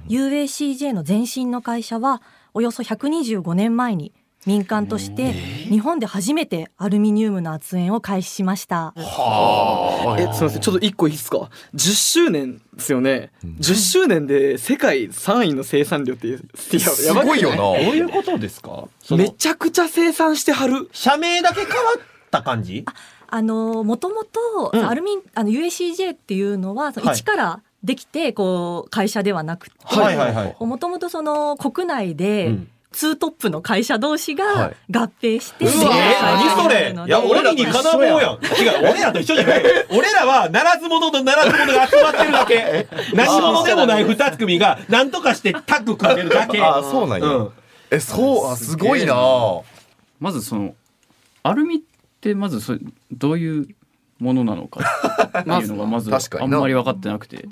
[SPEAKER 10] UACJ の前身の会社はおよそ125年前に民間として日本で初めてアルミニウムの圧煙を開始しました。
[SPEAKER 11] えすみませんちょっと一個いいですか10周年ですよね、10周年で世界3位の生産量ってや
[SPEAKER 2] すごいよ
[SPEAKER 1] どう
[SPEAKER 2] な
[SPEAKER 1] いうことですかその
[SPEAKER 11] めちゃくちゃ生産してはる
[SPEAKER 1] 社名だけ変わった感じ
[SPEAKER 10] あのもともと
[SPEAKER 1] うん
[SPEAKER 10] アルミンあの UACJ っていうのはその
[SPEAKER 1] はい
[SPEAKER 10] 一からできてこう会社ではなくて、
[SPEAKER 1] はいはいはい
[SPEAKER 10] もともとその国内
[SPEAKER 1] う
[SPEAKER 10] で
[SPEAKER 1] ん
[SPEAKER 10] ツートップの会社同士
[SPEAKER 2] は
[SPEAKER 10] が
[SPEAKER 2] い
[SPEAKER 10] 合併して、
[SPEAKER 1] うわ
[SPEAKER 10] 会社
[SPEAKER 1] え何そ
[SPEAKER 10] にな
[SPEAKER 1] れ
[SPEAKER 10] るの
[SPEAKER 1] い
[SPEAKER 10] で
[SPEAKER 1] や俺らにかなもうやん違う俺らと一緒じゃない俺らはならず者とならず者が集まってるだ け何者でもない二組が何とかしてタッグ組んでるだけ
[SPEAKER 2] あそうなんや、
[SPEAKER 1] うん
[SPEAKER 2] えそうあすごいな
[SPEAKER 4] まずそのアルミってまずそれどういうものなのかっていうのがまず
[SPEAKER 2] 確か
[SPEAKER 4] あ
[SPEAKER 2] に
[SPEAKER 4] ん
[SPEAKER 2] な
[SPEAKER 4] まり分かってなくて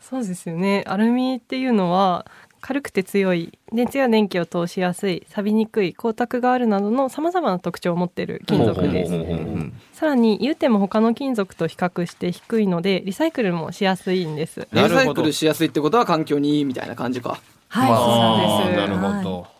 [SPEAKER 9] そうですよねアルミっていうのは軽くて強い電池や電気を通しやすい錆びにくい光沢があるなどのさまざまな特徴を持っている金属です
[SPEAKER 2] ほうほうほうほう
[SPEAKER 9] さらに融点も他の金属と比較して低いのでリサイクルもしやすいんです
[SPEAKER 11] リ
[SPEAKER 1] なるほど
[SPEAKER 11] サイクルしやすいってことは環境にいいみたいな感じか
[SPEAKER 10] はい、
[SPEAKER 2] まあ
[SPEAKER 10] そうなんです。はい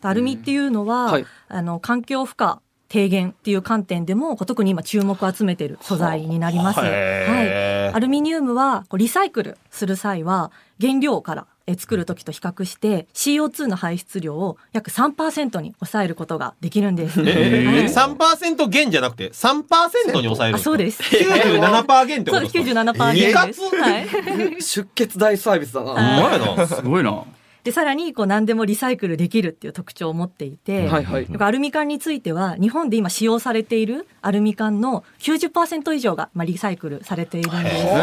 [SPEAKER 10] アルミっていうのは、
[SPEAKER 11] はい
[SPEAKER 10] あの環境負荷低減っていう観点でもこう特に今注目を集めている素材になります。はい、アルミニウムはこうリサイクルする際は原料からえ作る時と比較して CO2 の排出量を約3%に抑えることができるんです。
[SPEAKER 1] えー、3%減じゃなくて3%に抑えるん
[SPEAKER 10] あ
[SPEAKER 1] ですか
[SPEAKER 10] そうです。
[SPEAKER 1] 97%減って
[SPEAKER 10] そ
[SPEAKER 1] こと
[SPEAKER 10] うです
[SPEAKER 1] ですか
[SPEAKER 10] 97%
[SPEAKER 1] いか
[SPEAKER 10] で
[SPEAKER 1] つ
[SPEAKER 10] す。はい。
[SPEAKER 11] 出血大サービスだな
[SPEAKER 1] うまいな
[SPEAKER 4] すごいな
[SPEAKER 10] でさらにこう何でもリサイクルできるっていう特徴を持っていて、
[SPEAKER 11] はいはい
[SPEAKER 10] だからアルミ缶については日本で今使用されているアルミ缶の90%以上がまあリサイクルされているんです。
[SPEAKER 2] ご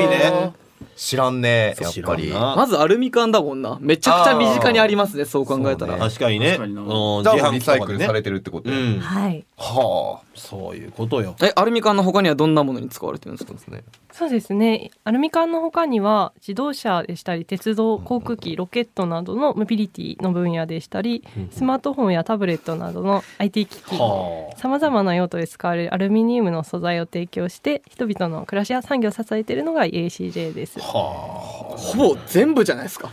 [SPEAKER 2] いね知らんねやっぱり
[SPEAKER 11] まずアルミ缶だもんなめちゃくちゃ身近にありますねそう考えたら、
[SPEAKER 1] 確かにね
[SPEAKER 2] じゃあリサイクルされてるってこと
[SPEAKER 1] うん
[SPEAKER 10] はい。
[SPEAKER 2] は
[SPEAKER 1] あそういうことよ
[SPEAKER 11] えアルミ缶の他にはどんなものに使われてるんですか
[SPEAKER 2] ね
[SPEAKER 9] そうですねアルミ缶の他には自動車でしたり鉄道航空機ロケットなどのモビリティの分野でしたりスマートフォンやタブレットなどの IT 機器
[SPEAKER 1] は
[SPEAKER 9] さまざまな用途で使われるアルミニウムの素材を提供して人々の暮らしや産業を支えているのが ACJ です。
[SPEAKER 11] ほぼ全部じゃないですか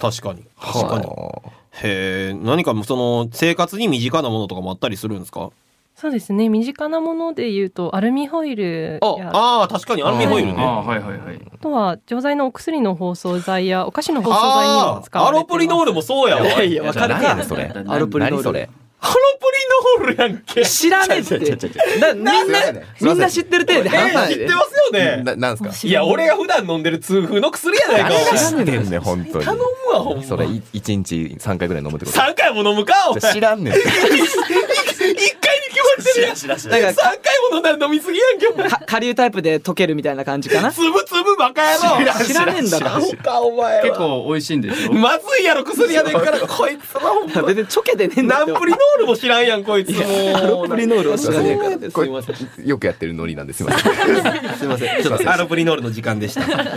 [SPEAKER 1] 確かに確かにへえ何かその生活に身近なものとかもあったりするんですか
[SPEAKER 9] そうですね身近なもので言うとアルミホイルや
[SPEAKER 1] ああ確かにアルミホイルね
[SPEAKER 4] はいはいはい
[SPEAKER 9] あとは錠剤のお薬の包装剤やお菓子の包装剤にも使われています
[SPEAKER 1] アロプリノールもそうや
[SPEAKER 11] い
[SPEAKER 1] わ
[SPEAKER 11] やいやわかるか
[SPEAKER 1] 何やねんそれ
[SPEAKER 11] アロプリノール
[SPEAKER 1] 何それ
[SPEAKER 11] ハロプリノールやんけ知らねえってだみんなみんな知ってる程度で話さないで
[SPEAKER 1] えー知ってますよね
[SPEAKER 2] ななんすか
[SPEAKER 1] いや俺が普段飲んでる痛風の薬やないか
[SPEAKER 2] 誰が知ってんねん本当に頼
[SPEAKER 1] むわほんま
[SPEAKER 2] それい一日三回ぐらい飲むってこと
[SPEAKER 1] 3回も飲むかお前
[SPEAKER 2] 知らん ねん
[SPEAKER 1] 一回に決まってるやん
[SPEAKER 2] 知らん知
[SPEAKER 1] な
[SPEAKER 2] らん
[SPEAKER 1] んか三回も飲んだら飲みすぎやんけお前
[SPEAKER 11] か下流タイプで溶けるみたいな感じかな
[SPEAKER 1] つぶつぶバカ野郎
[SPEAKER 11] 知らねえんだな
[SPEAKER 1] 知らんかお前は
[SPEAKER 4] 結構美味しいんですよ
[SPEAKER 1] まずいやろ薬やねんからこいつはほんま
[SPEAKER 11] 別にちょけてねえん
[SPEAKER 1] ナンプリノールも知らんやんこいつも
[SPEAKER 11] アロプリノールは知らねえから
[SPEAKER 1] すいません
[SPEAKER 2] よくやってるノリなんですいません
[SPEAKER 1] すみません。ちょっとアロプリノールの時間でした。はい。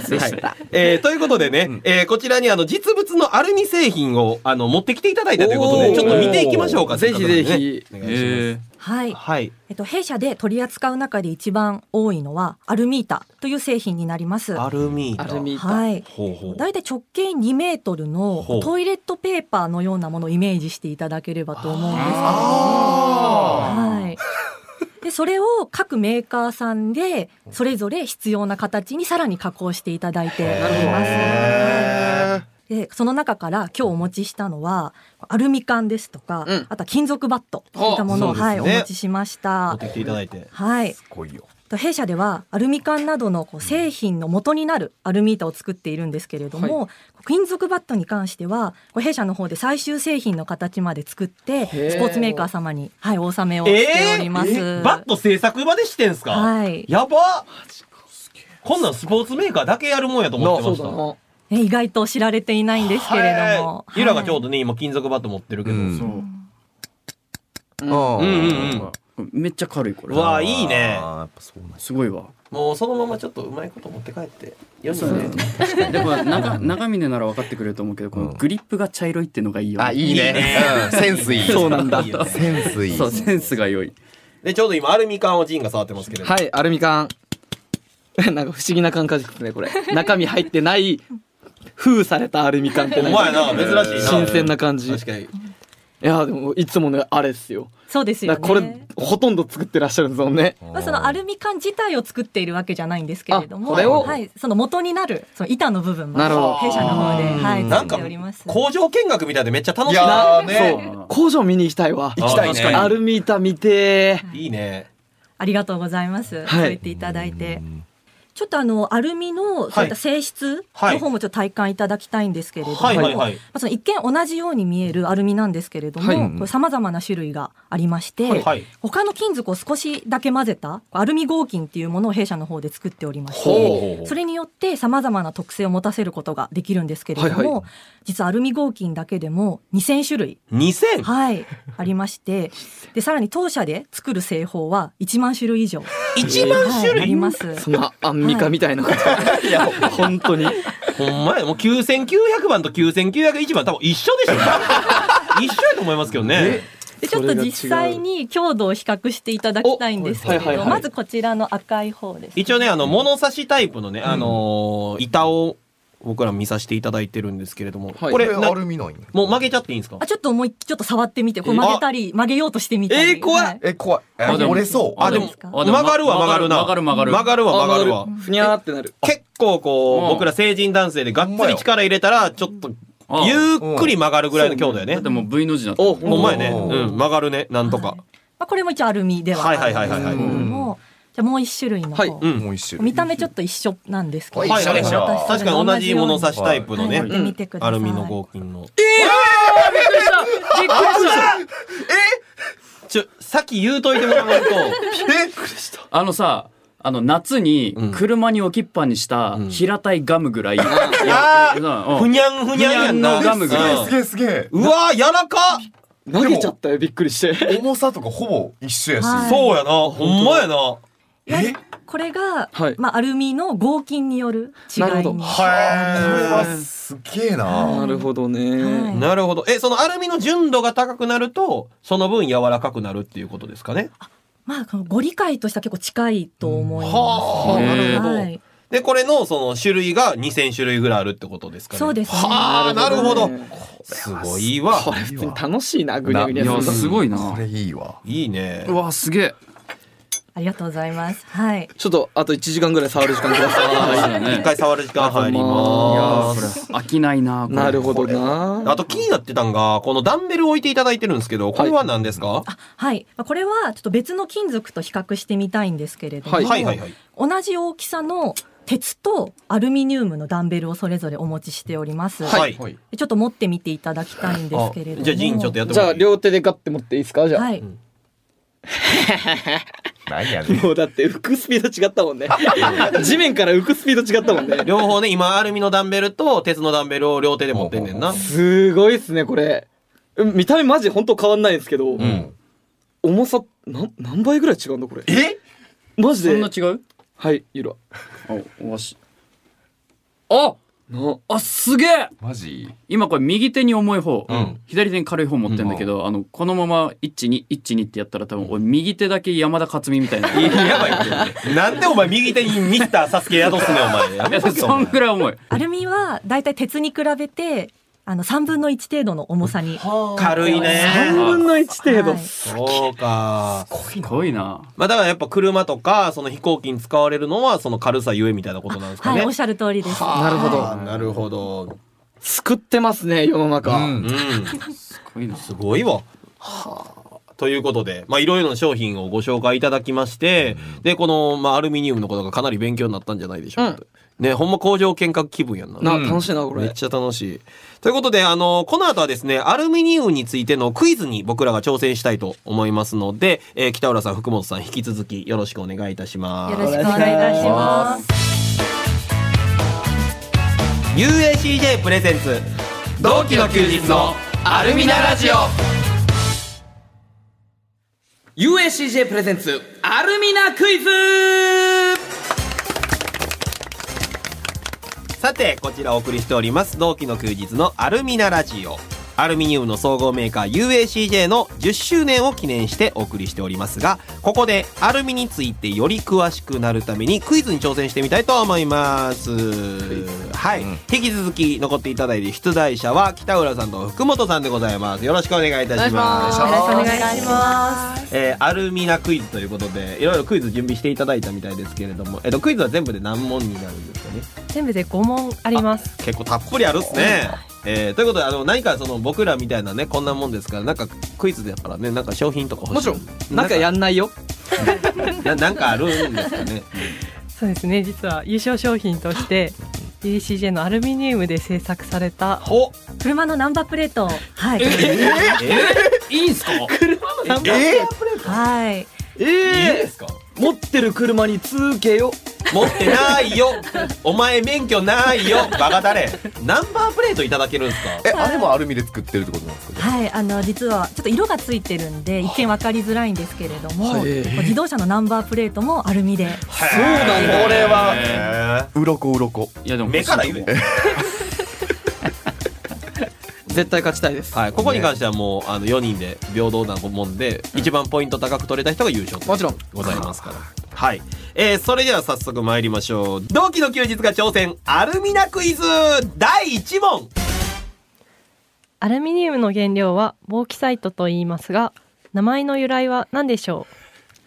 [SPEAKER 1] えーということでね、えーこちらにあの実物のアルミ製品をあの持ってきていただいたということ
[SPEAKER 11] お
[SPEAKER 1] で、
[SPEAKER 11] ー
[SPEAKER 1] ちょっと見ていきましょうか。
[SPEAKER 11] ぜひぜひ
[SPEAKER 1] ということでね。お願いし
[SPEAKER 10] はい
[SPEAKER 1] ます。はい。
[SPEAKER 10] えっと、弊社で取り扱う中で一番多いのはアルミータという製品になります。
[SPEAKER 1] アルミ板。
[SPEAKER 10] アルミ板はい
[SPEAKER 1] ほうほう。
[SPEAKER 10] 大体直径2メートルの
[SPEAKER 1] ほう
[SPEAKER 10] トイレットペーパーのようなものをイメージしていただければと思うんですけども、 はい、でそれを各メーカーさんでそれぞれ必要な形にさらに加工していただいております。でその中から今日お持ちしたのはアルミ缶ですとか、あとは金属バットといったものを、
[SPEAKER 1] ほう
[SPEAKER 10] はい
[SPEAKER 1] そ
[SPEAKER 10] お
[SPEAKER 1] うですね
[SPEAKER 10] 持ちしまし
[SPEAKER 1] 持
[SPEAKER 10] た
[SPEAKER 1] っ。てきていただいて。
[SPEAKER 10] はい、
[SPEAKER 2] 来いよ。
[SPEAKER 10] と弊社ではアルミ缶などのこう製品の元になるアルミ板を作っているんですけれども、
[SPEAKER 11] はい
[SPEAKER 10] 金属バットに関してはこう弊社の方で最終製品の形まで作って
[SPEAKER 1] へー
[SPEAKER 10] スポーツメーカー様に、はい、お納めをして
[SPEAKER 1] え
[SPEAKER 10] おります。
[SPEAKER 1] ー、バット制作までしてんすか。
[SPEAKER 10] はい
[SPEAKER 1] やば。こんなんスポーツメーカーだけやるもんやと思ってました。
[SPEAKER 10] ね意外と知られていないんですけれども、
[SPEAKER 1] はいゆらがちょうどね今金属バット持ってるけど。
[SPEAKER 2] うん
[SPEAKER 1] うんうん
[SPEAKER 4] めっちゃ軽いこれ
[SPEAKER 1] わあいいね
[SPEAKER 4] すごいわ
[SPEAKER 1] もうそのままちょっとうまいこと持って帰ってよしね
[SPEAKER 4] でも長長峰なら分かってくれると思うけどこのグリップが茶色いってのがいいよ
[SPEAKER 2] あいいねうんセンスいい
[SPEAKER 4] そうなんだ
[SPEAKER 2] いいよねセンスいい
[SPEAKER 4] そうセンスが良い
[SPEAKER 1] でちょうど今アルミ缶をジンが触ってますけれど
[SPEAKER 11] はいアルミ缶 なんか不思議な感覚ですね これ中身入ってない封されたアルミ缶ってんか
[SPEAKER 1] お前な珍しいな
[SPEAKER 11] 新鮮な感じ確
[SPEAKER 1] かにい
[SPEAKER 11] やでもいつものあれっすよ
[SPEAKER 10] そうですよね
[SPEAKER 11] だからこれほとんど作ってらっしゃるんですもんね
[SPEAKER 10] まあ、そのアルミ缶自体を作っているわけじゃないんですけれども
[SPEAKER 11] あこれを
[SPEAKER 10] はい、その元になるその板の部分も
[SPEAKER 11] なるほど
[SPEAKER 10] 弊社の方で、はい、
[SPEAKER 1] なん
[SPEAKER 10] 作
[SPEAKER 1] か
[SPEAKER 10] っております。
[SPEAKER 1] 工場見学みたいでめっちゃ楽しい
[SPEAKER 11] な
[SPEAKER 1] な
[SPEAKER 11] そう工場見に行きたいわ
[SPEAKER 1] 行きたいね
[SPEAKER 11] あ確かにアルミ板見てー
[SPEAKER 1] いいね
[SPEAKER 10] ありがとうございます。
[SPEAKER 11] はい
[SPEAKER 10] そう言っていただいて。ちょっとあのアルミのそういった性質の方もちょっと体感いただきたいんですけれども、
[SPEAKER 1] はいはいはい
[SPEAKER 10] まあその一見同じように見えるアルミなんですけれど
[SPEAKER 1] はい
[SPEAKER 10] も、さまざまな種類がありまして、
[SPEAKER 1] はいはい
[SPEAKER 10] 他の金属を少しだけ混ぜたアルミ合金っていうものを弊社の方で作っておりまし
[SPEAKER 1] ほうほうほ
[SPEAKER 10] て、
[SPEAKER 1] う
[SPEAKER 10] それによってさまざまな特性を持たせることができるんですけれども、
[SPEAKER 1] はいはい
[SPEAKER 10] 実はアルミ合金だけでも2000種類
[SPEAKER 1] 2000
[SPEAKER 10] はい、あり まして、でさらに当社で作る製法は1万種類以上、
[SPEAKER 1] 1万種類
[SPEAKER 10] はいあります。
[SPEAKER 11] そんなアンミカみたいなこと、 い、や本当に
[SPEAKER 1] ほんまやもう9900番と9901番多分一緒でしょ 一緒やと思いますけどね
[SPEAKER 10] でちょっと実際に強度を比較していただきたいんですけれど、
[SPEAKER 1] おはいはいはい
[SPEAKER 10] まずこちらの赤い方です。
[SPEAKER 1] 一応ねあの物差しタイプのねあのー板を僕ら見させていただいてるんですけれどもこれな
[SPEAKER 2] アルミない
[SPEAKER 1] もう曲げちゃっていいんですか
[SPEAKER 10] あちょっと思いちょっと触ってみて、こう曲げたり曲げようとしてみた
[SPEAKER 1] え
[SPEAKER 10] り。
[SPEAKER 1] ー怖い
[SPEAKER 10] は
[SPEAKER 2] え怖いえ
[SPEAKER 1] あでも
[SPEAKER 2] 折れそう
[SPEAKER 1] あでも曲がるわ曲がるな
[SPEAKER 4] 曲がる曲がる
[SPEAKER 1] 曲がるわ曲がるわ
[SPEAKER 11] ふにゃーってなる
[SPEAKER 1] 結構こ
[SPEAKER 4] う
[SPEAKER 1] うん僕ら成人男性でがっつり力入れたらちょっと
[SPEAKER 4] あ
[SPEAKER 1] ゆっくり曲がるぐらいの強度やね
[SPEAKER 4] でも V の字になって
[SPEAKER 1] おほんまやねうん曲がるねなんとか
[SPEAKER 10] まあこれも一応アルミではあるんですけれども、
[SPEAKER 1] はいはいはいはいはい
[SPEAKER 10] じゃあもう一種類の方、
[SPEAKER 1] はいうんもう一種類
[SPEAKER 10] 見た目ちょっと一緒なんですけど、
[SPEAKER 1] はい一緒でしょ
[SPEAKER 10] 私
[SPEAKER 1] 確かに同じ物差しタイプのね
[SPEAKER 10] はいやってみてください
[SPEAKER 1] アルミの合金の
[SPEAKER 3] びっくりしたびっくりした
[SPEAKER 1] ちょさっき言うといてもらわ んと
[SPEAKER 4] あのさあの夏に車に置きっぱにした平たいガムぐらい、いやうん
[SPEAKER 1] ふにゃんふにゃんやんな
[SPEAKER 4] ふにゃのガムぐらい
[SPEAKER 1] すげえ
[SPEAKER 2] すげえ
[SPEAKER 1] うわー柔らかっ
[SPEAKER 2] 投げちゃった
[SPEAKER 3] よびっくりして
[SPEAKER 2] 重さとかほぼ一緒やし、
[SPEAKER 10] はい
[SPEAKER 1] そうやなほんまやな
[SPEAKER 10] これが、
[SPEAKER 2] はい
[SPEAKER 10] まあ、アルミの合金による違い
[SPEAKER 2] なるほ
[SPEAKER 10] に
[SPEAKER 2] どはいこれはすげえな
[SPEAKER 1] な
[SPEAKER 2] る
[SPEAKER 1] ほどねなるほどえそのアルミの純度が高くなるとその分柔らかくなるっていうことですかね
[SPEAKER 10] まあこのご理解としては結構近いと思います、
[SPEAKER 1] はあなるほど
[SPEAKER 10] はい
[SPEAKER 1] でこれのその種類が2000種類ぐらいあるってことですかね
[SPEAKER 10] そうですね
[SPEAKER 1] はあな
[SPEAKER 10] な
[SPEAKER 1] る
[SPEAKER 10] る
[SPEAKER 1] ほ
[SPEAKER 10] ほど
[SPEAKER 1] ど
[SPEAKER 10] ね
[SPEAKER 1] すごいわこれ普通に
[SPEAKER 3] 楽しいな
[SPEAKER 1] グ
[SPEAKER 3] ニャグニャするの
[SPEAKER 4] ごいな
[SPEAKER 2] これいいわ
[SPEAKER 1] いいね
[SPEAKER 4] うわすげえ
[SPEAKER 10] ありがとうございますはい
[SPEAKER 3] ちょっとあと1時間ぐらい触る時間くだ さい
[SPEAKER 1] 一回触る時間入りま
[SPEAKER 4] いやー
[SPEAKER 1] す
[SPEAKER 4] 飽きないな
[SPEAKER 3] なるほどな
[SPEAKER 1] あと気になってたんがこのダンベルを置いていただいてるんですけどこれは何ですか、
[SPEAKER 10] はい、まあこれはちょっと別の金属と比較してみたいんですけれども、
[SPEAKER 1] はいはいはいはい
[SPEAKER 10] 同じ大きさの鉄とアルミニウムのダンベルをそれぞれお持ちしております。
[SPEAKER 1] はい
[SPEAKER 10] でちょっと持ってみていただきたいんですけれども、
[SPEAKER 1] あじゃあジンちょっとやっても
[SPEAKER 3] じ
[SPEAKER 1] ら
[SPEAKER 3] ゃ
[SPEAKER 1] っ
[SPEAKER 3] あ
[SPEAKER 1] て
[SPEAKER 3] 両手でガッて持っていいですかじゃあ、
[SPEAKER 10] はい
[SPEAKER 2] 何や
[SPEAKER 3] もうだって浮くスピード違ったもんね 地面から浮くスピード違ったもんね
[SPEAKER 1] 両方ね今アルミのダンベルと鉄のダンベルを両手で持ってんねんな
[SPEAKER 3] すごいっすねこれうん見た目マジ本当変わんないんですけど、重さなん何倍ぐらい違うんだこれ
[SPEAKER 2] え
[SPEAKER 3] マジで
[SPEAKER 4] そんな違う
[SPEAKER 3] はいゆら
[SPEAKER 4] おわしああすげえ
[SPEAKER 2] マジ
[SPEAKER 4] 今これ右手に重い方、左手に軽い方持ってんだけど、あのこのまま1212ってやったら多分俺右手だけ山田勝美みたいな
[SPEAKER 1] やばいなんでお前右手にミスターサスケ宿すねんお前やめとけお
[SPEAKER 4] そ
[SPEAKER 1] 前
[SPEAKER 4] んぐらい重い
[SPEAKER 10] アルミはだいたい鉄に比べてあの3分の1程度の重さに
[SPEAKER 1] 軽いね
[SPEAKER 10] 3
[SPEAKER 3] 分の1程度、
[SPEAKER 1] そうか
[SPEAKER 4] すごいな
[SPEAKER 1] まあだからやっぱ車とかその飛行機に使われるのはその軽さゆえみたいなことなんですか
[SPEAKER 10] はい、
[SPEAKER 1] ね
[SPEAKER 10] おっしゃる通りです。
[SPEAKER 1] はあ
[SPEAKER 3] なるほど
[SPEAKER 1] なるほど
[SPEAKER 3] 作ってますね世の中、
[SPEAKER 1] うんす
[SPEAKER 4] ごいな
[SPEAKER 1] すごいわということで、まあ、いろいろな商品をご紹介いただきまして、で、この、まあ、アルミニウムのことがかなり勉強になったんじゃないでしょうかと。ね、ほんま工場見学気分やんな。
[SPEAKER 3] な楽しいなこれ
[SPEAKER 1] めっちゃ楽しい。ということで、あの、この後はですね、アルミニウムについてのクイズに僕らが挑戦したいと思いますので、えー北浦さん、福本さん、引き続きよろしくお願いいたします。
[SPEAKER 6] よろしくお願いいたします
[SPEAKER 1] UACJ プレゼンツ、同期の休日のアルミナラジオ
[SPEAKER 11] UACJ プレゼンツアルミナクイズ
[SPEAKER 1] さてこちらお送りしております同期の休日のアルミナラジオアルミニウムの総合メーカー UACJ の10周年を記念してお送りしておりますがここでアルミについてより詳しくなるためにクイズに挑戦してみたいと思いますはい、引き続き残っていただいて出題者は北浦さんと福本さんでございますよろしくお願いいたします
[SPEAKER 10] よろしくお願いします。
[SPEAKER 1] えーアルミナクイズということでいろいろクイズ準備していただいたみたいですけれども、えっとクイズは全部で何問になるんですかね
[SPEAKER 9] 全部で5問あります
[SPEAKER 1] 結構たっぷりあるっすね。えーということであの何かその僕らみたいなねこんなもんですからなんかクイズだからねなんか商品とか欲しい
[SPEAKER 3] もちろんなんかやんないよ
[SPEAKER 1] ななんかあるんですかね
[SPEAKER 9] そうですね実は優勝商品として UCJ のアルミニウムで製作された
[SPEAKER 1] お
[SPEAKER 10] 車のナンバープレート、はい、
[SPEAKER 4] いいんすか
[SPEAKER 3] ナンバー
[SPEAKER 10] はい、
[SPEAKER 3] ええ持ってる車に通けよ
[SPEAKER 1] 持ってないよお前免許ないよバカだれナンバープレートいただけるんですか
[SPEAKER 2] えあれもアルミで作ってるってことなんですか
[SPEAKER 10] はい、あの実はちょっと色がついてるんで一見わかりづらいんですけれど
[SPEAKER 2] は
[SPEAKER 10] も、
[SPEAKER 2] い
[SPEAKER 10] 自動車のナンバープレートもアルミで、
[SPEAKER 1] そう
[SPEAKER 2] なんだこれ
[SPEAKER 1] は
[SPEAKER 2] 鱗鱗
[SPEAKER 4] いやでも
[SPEAKER 1] 目から言え
[SPEAKER 3] 絶対勝ちたいです
[SPEAKER 1] はいここに関してはもうあの4人で平等なもんで、一番ポイント高く取れた人が優勝と
[SPEAKER 3] もちろん
[SPEAKER 1] ございますからはい、えー、それでは早速参りましょう同期の休日が挑戦アルミナクイズ第1問
[SPEAKER 9] アルミニウムの原料はボーキサイトと言いますが名前の由来は何でしょ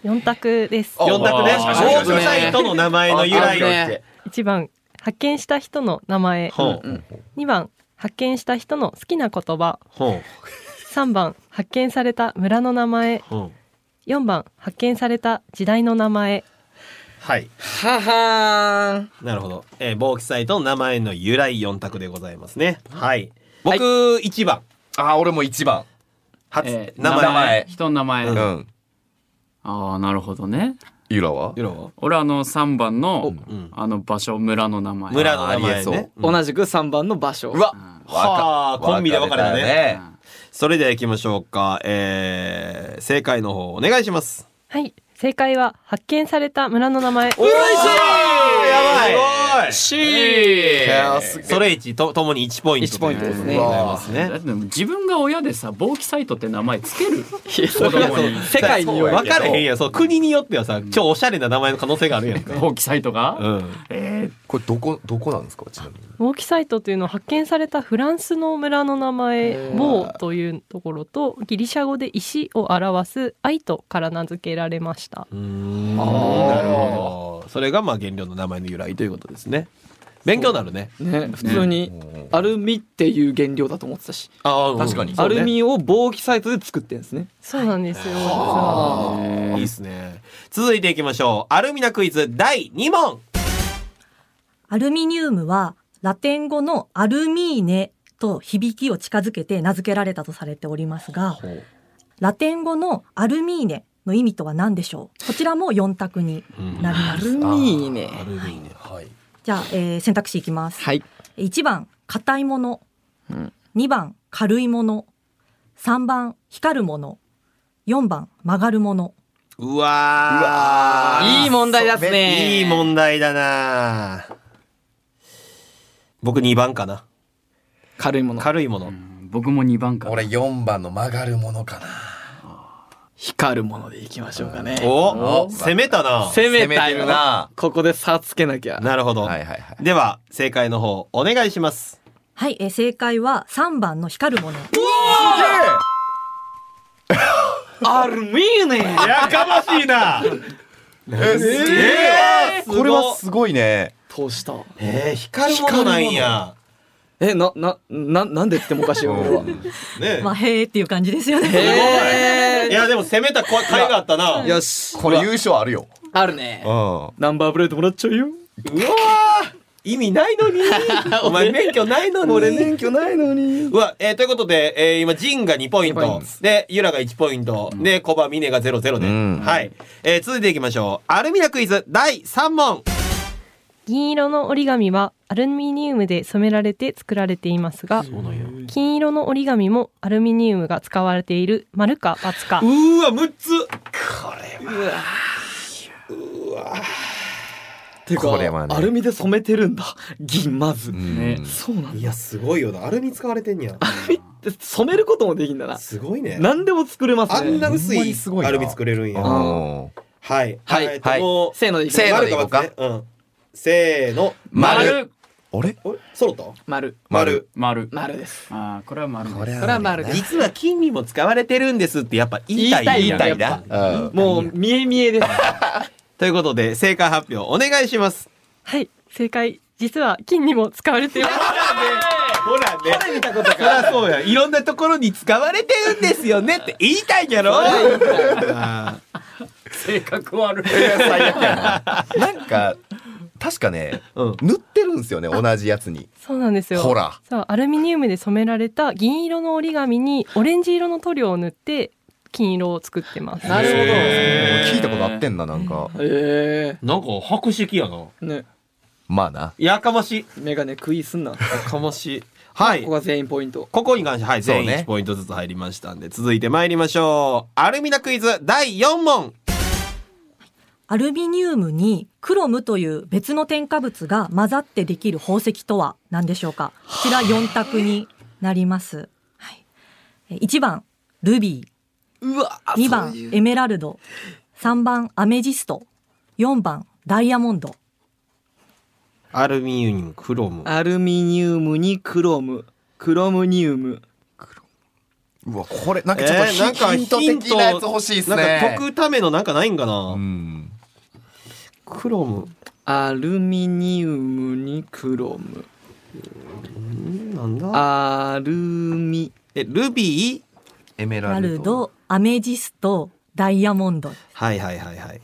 [SPEAKER 9] う4択です
[SPEAKER 1] 4択ねボーキサイトの名前の由来
[SPEAKER 9] 1番発見した人の名前
[SPEAKER 1] ほう
[SPEAKER 9] 2番発見した人の好きな言葉
[SPEAKER 1] ほ
[SPEAKER 9] 3番発見された村の名前
[SPEAKER 1] うほう
[SPEAKER 9] 4番発見された時代の名前
[SPEAKER 1] はい
[SPEAKER 3] はは
[SPEAKER 1] なるほど、えー、防記サイトの名前の由来四択でございますねはい僕一番、
[SPEAKER 2] あ俺も一番
[SPEAKER 1] 初、
[SPEAKER 4] えー
[SPEAKER 1] 名前
[SPEAKER 4] 人の名前、
[SPEAKER 2] うん、
[SPEAKER 4] ああなるほどね
[SPEAKER 2] ゆらは
[SPEAKER 4] 俺あの3番の、あの場所村の名前
[SPEAKER 1] 村の名前ね
[SPEAKER 3] 同じく3番の場所
[SPEAKER 2] うわ
[SPEAKER 1] はあコンビで分かれたね
[SPEAKER 2] 分かれた
[SPEAKER 1] それでは行きましょうか、えー、正解の方お願いします
[SPEAKER 9] はい正解は発見された村の名前おい
[SPEAKER 1] やばい
[SPEAKER 3] し
[SPEAKER 1] それ一とともに1ポイント1ポイントですねございますね
[SPEAKER 4] だって自分が親でさ暴気サイトって名前つ ける
[SPEAKER 1] そう
[SPEAKER 4] 子供に
[SPEAKER 1] 世界に分かれへんやんそう国によってはさ超おしゃれな名前の可能性があるやんか
[SPEAKER 4] 暴気サイトが、
[SPEAKER 1] うん
[SPEAKER 4] え
[SPEAKER 2] これどこどこなんですかちなみに
[SPEAKER 9] ウォーキサイトというのは発見されたフランスの村の名前「ボー」というところとギリシャ語で石を表す「アイト」から名付けられました
[SPEAKER 1] なるほどそれがまあ原料の名前の由来ということですね勉強になるね
[SPEAKER 3] ね普通にアルミっていう原料だと思ってたし
[SPEAKER 1] あー
[SPEAKER 2] 確かに
[SPEAKER 3] アルミを防気サイトで作ってんですね
[SPEAKER 9] そうなんですよ、
[SPEAKER 1] あーいいですね続いていきましょうアルミナクイズ第2問
[SPEAKER 10] アルミニウムはラテン語のアルミーネと響きを近づけて名付けられたとされておりますが、ラテン語のアルミーネの意味とは何でしょうこちらも4択になります。
[SPEAKER 3] ミーネ
[SPEAKER 1] アルミーネはい
[SPEAKER 10] じゃあ、えー選択肢いきます。
[SPEAKER 3] はい
[SPEAKER 10] 1番、硬いもの。2番、軽いもの。3番、光るもの。4番、曲がるもの。
[SPEAKER 1] うわー
[SPEAKER 3] いい問題だっすね
[SPEAKER 1] いい問題だな僕2番かな
[SPEAKER 3] 軽いもの
[SPEAKER 1] 軽いもの
[SPEAKER 4] 僕も2番か
[SPEAKER 2] 俺4番の曲がるものかな
[SPEAKER 3] 光るものでいきましょうかね
[SPEAKER 1] お攻めたな
[SPEAKER 3] 攻めた
[SPEAKER 2] 攻めて
[SPEAKER 3] よ
[SPEAKER 2] るな
[SPEAKER 3] ここで差つけなきゃ
[SPEAKER 1] なるほど、
[SPEAKER 2] はいはいはい
[SPEAKER 1] では正解の方お願いします
[SPEAKER 10] はい、えー正解は3番の光るもの。
[SPEAKER 3] アルミーネ
[SPEAKER 1] やかましいな
[SPEAKER 2] えすげえ
[SPEAKER 1] すごい
[SPEAKER 2] これはすごいね
[SPEAKER 3] 通した
[SPEAKER 1] えー、光るものなんや
[SPEAKER 3] えななななんでってもおかしいよこれは
[SPEAKER 1] ね
[SPEAKER 10] まあ、へーっていう感じですよね。
[SPEAKER 1] いやでも攻めた甲斐があったな
[SPEAKER 3] よし
[SPEAKER 2] これ優勝あるよ
[SPEAKER 3] あるね
[SPEAKER 2] うん
[SPEAKER 3] ナンバープレートもらっちゃうよ
[SPEAKER 1] うわー意味ない のにお前免許ないのに
[SPEAKER 3] 俺免許ないのに
[SPEAKER 1] うわ、えーということで、えー今、ジンが2ポイント、で、ユラが1ポイント、で、コバ、ミネが0、0で、
[SPEAKER 2] うん
[SPEAKER 1] はい。えー続いていきましょう。アルミナクイズ第3問
[SPEAKER 9] 銀色の折り紙はアルミニウムで染められて作られていますが金色の折り紙もアルミニウムが使われている丸か×か
[SPEAKER 1] うーわ、6つ
[SPEAKER 3] て
[SPEAKER 2] これ
[SPEAKER 3] か
[SPEAKER 2] はね
[SPEAKER 3] アルミで染めてるんだ銀まず
[SPEAKER 4] ね
[SPEAKER 3] そうなんだ
[SPEAKER 1] いや、すごいよな。アルミ使われてんや。
[SPEAKER 3] 染めることもできんだな
[SPEAKER 1] すごいね
[SPEAKER 3] 何でも作れます
[SPEAKER 1] あん
[SPEAKER 3] ね
[SPEAKER 1] な薄
[SPEAKER 2] ほんま
[SPEAKER 1] い
[SPEAKER 2] にすごいな
[SPEAKER 1] アルミ作れるんや。
[SPEAKER 2] う
[SPEAKER 1] は
[SPEAKER 2] ん
[SPEAKER 1] い。
[SPEAKER 3] はい
[SPEAKER 1] えーともう
[SPEAKER 3] せーのでいきます
[SPEAKER 2] せーのでいこうか
[SPEAKER 1] 丸×うん。せーの。
[SPEAKER 2] 丸あれ
[SPEAKER 1] お揃った
[SPEAKER 3] 丸
[SPEAKER 2] 丸
[SPEAKER 4] 丸
[SPEAKER 3] 丸です
[SPEAKER 4] あーこれは丸
[SPEAKER 2] こ
[SPEAKER 4] で
[SPEAKER 2] れ
[SPEAKER 4] す
[SPEAKER 3] それは丸です
[SPEAKER 1] 実は金にも使われてるんですってやっぱ言いたいやん
[SPEAKER 3] 言いたいやん
[SPEAKER 1] やっぱ
[SPEAKER 2] うん
[SPEAKER 3] もう見え見えです
[SPEAKER 1] ということで正解発表お願いします
[SPEAKER 9] はい正解実は金にも使われています
[SPEAKER 1] ほらね。見たことから。そらそうや。いろんなところに使われてるんですよねって言いたいじゃろ。あ
[SPEAKER 4] 性格悪い
[SPEAKER 2] 最悪や ななんか確かね
[SPEAKER 1] うん
[SPEAKER 2] 塗ってるんですよね同じやつに
[SPEAKER 9] そうなんですよ
[SPEAKER 2] ほら
[SPEAKER 9] そうアルミニウムで染められた銀色の折り紙にオレンジ色の塗料を塗って金色を作って ます
[SPEAKER 3] なるほど
[SPEAKER 2] 俺聞いたことあってんななんか
[SPEAKER 3] え
[SPEAKER 1] ーなんか白色やな。
[SPEAKER 3] えね
[SPEAKER 2] まあな
[SPEAKER 1] やかましい。
[SPEAKER 3] メガネ食いすんな
[SPEAKER 1] やかましい。はい
[SPEAKER 3] ここ。が全員ポイント
[SPEAKER 1] ここに関してはい
[SPEAKER 2] そう
[SPEAKER 1] 全
[SPEAKER 2] ね
[SPEAKER 1] 員1ポイントずつ入りましたんで、続いて参りましょうアルミナクイズ第4問
[SPEAKER 10] アルミニウムにクロムという別の添加物が混ざってできる宝石とは何でしょうかこちら4択になります。はい、1番、ルビ
[SPEAKER 3] うわ
[SPEAKER 10] ー。2番、エメラルド。3番、アメジスト。4番、ダイヤモンド。
[SPEAKER 1] アルミユニウムクロム
[SPEAKER 3] アルミニウムにクロムクロムニウム
[SPEAKER 2] うわこれなんかちょっと
[SPEAKER 1] えーなんか
[SPEAKER 2] ヒヒント的なやつ欲しいっす
[SPEAKER 1] なんか
[SPEAKER 2] ね
[SPEAKER 1] 解くためのなんかないんかな、
[SPEAKER 2] うん
[SPEAKER 1] クロム
[SPEAKER 3] アルミニウムにクロム
[SPEAKER 1] なんだ
[SPEAKER 3] アルミ
[SPEAKER 1] えルビー
[SPEAKER 2] エメラ
[SPEAKER 10] ラ
[SPEAKER 2] ル
[SPEAKER 10] ル
[SPEAKER 2] ド
[SPEAKER 10] ド、アメジスト、ダイヤモンド。
[SPEAKER 1] はいはいはいはい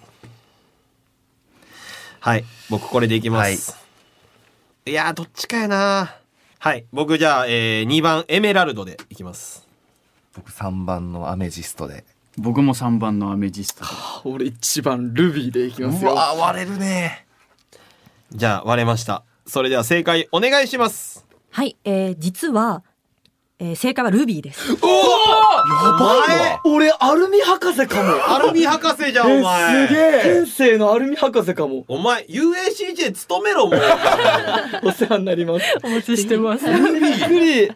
[SPEAKER 1] はい僕これでいきます、い、やーどっちかやなはい僕じゃあ、え2番エメラルドでいきます
[SPEAKER 2] 僕3番のアメジストで
[SPEAKER 4] 僕も3番のアメジスト
[SPEAKER 3] 俺一番ルビーでいきますよ
[SPEAKER 2] うわ割れるね
[SPEAKER 1] じゃあ割れましたそれでは正解お願いします
[SPEAKER 10] はい、えー、実は、えー、正解はルビ ーです。
[SPEAKER 1] お
[SPEAKER 3] やばいわ俺アルミ博士かも
[SPEAKER 1] アルミ博士じゃんお前
[SPEAKER 3] えすげえ天性のアルミ博士かも
[SPEAKER 1] お前 UACJ 勤めろもう
[SPEAKER 3] お世話になります
[SPEAKER 9] お持ちしてます。
[SPEAKER 3] びっくり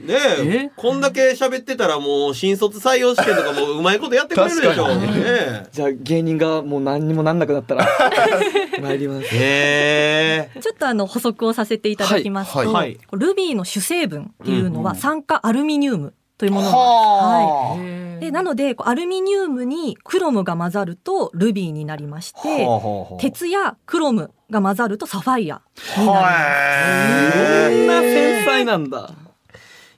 [SPEAKER 1] ねえこんだけ喋ってたらもう新卒採用試験とかもうまいことやってくれるでしょ、
[SPEAKER 3] 確
[SPEAKER 1] ね
[SPEAKER 3] かに
[SPEAKER 1] え
[SPEAKER 3] じゃあ芸人がもう何にもなんなく なったら参ります
[SPEAKER 1] へえ
[SPEAKER 10] ちょっとあの補足をさせていただきますと、
[SPEAKER 1] はいはい
[SPEAKER 10] こうルビーの主成分っていうのは酸化アルミニウムというものなんです。
[SPEAKER 2] は
[SPEAKER 10] はい、でなのでこうアルミニウムにクロムが混ざるとルビーになりまして
[SPEAKER 2] ほうほうほう
[SPEAKER 10] 鉄やクロムが混ざるとサファイア
[SPEAKER 2] い
[SPEAKER 3] こんな繊細なんだ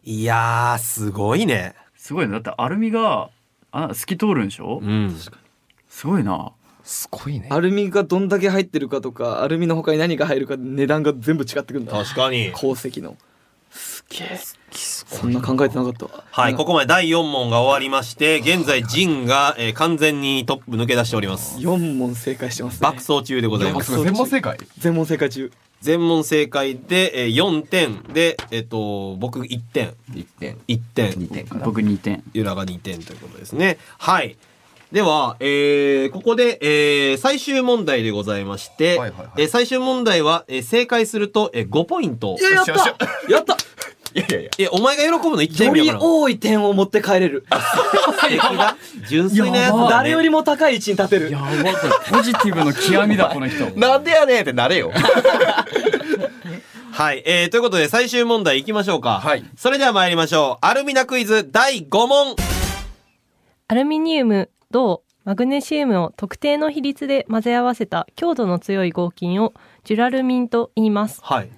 [SPEAKER 1] いやーすごいね
[SPEAKER 4] すごいねだってアルミがあ透き通るんでしょ、
[SPEAKER 1] うん、
[SPEAKER 4] すごいな
[SPEAKER 2] すごいね
[SPEAKER 3] アルミがどんだけ入ってるかとかアルミの他に何が入るかで値段が全部違ってくんだ
[SPEAKER 1] 確かに
[SPEAKER 3] 鉱石のすげえそんな考えてなかったわ
[SPEAKER 1] はい、ここまで第4問が終わりまして、現在、ジンが、えー完全にトップ抜け出しております。
[SPEAKER 3] 4問正解してますね
[SPEAKER 1] 爆走中でございます。
[SPEAKER 2] 全問正解
[SPEAKER 3] 全問正解中
[SPEAKER 1] 全問正解で、えー4点で、えっ、と、僕1点。
[SPEAKER 2] 1点
[SPEAKER 1] 1点。
[SPEAKER 2] 2点かな
[SPEAKER 4] 僕2点
[SPEAKER 1] ゆらが2点ということですね。はい。では、えーここで、えー最終問題でございまして、えー最終問題は、えー正解すると、えー5ポイント。
[SPEAKER 3] いややった
[SPEAKER 2] よしよ
[SPEAKER 3] やった
[SPEAKER 2] いやいやいや
[SPEAKER 1] え、お前が喜ぶの言っちゃ意
[SPEAKER 3] よ
[SPEAKER 1] 味
[SPEAKER 3] り
[SPEAKER 1] わからん。
[SPEAKER 3] 多い点を持って帰れる
[SPEAKER 1] 純粋なやつだ、ね。
[SPEAKER 3] 誰よりも高い位置に立てる
[SPEAKER 4] やばこれポジティブの極 みだこの人
[SPEAKER 2] なんでやねんってなれよ
[SPEAKER 1] はい、えー、ということで最終問題いきましょうか。はい。それでは参りましょう。アルミナクイズ第5問。
[SPEAKER 9] アルミニウム、銅、マグネシウムを特定の比率で混ぜ合わせた強度の強い合金をジュラルミンと言います。
[SPEAKER 1] はい。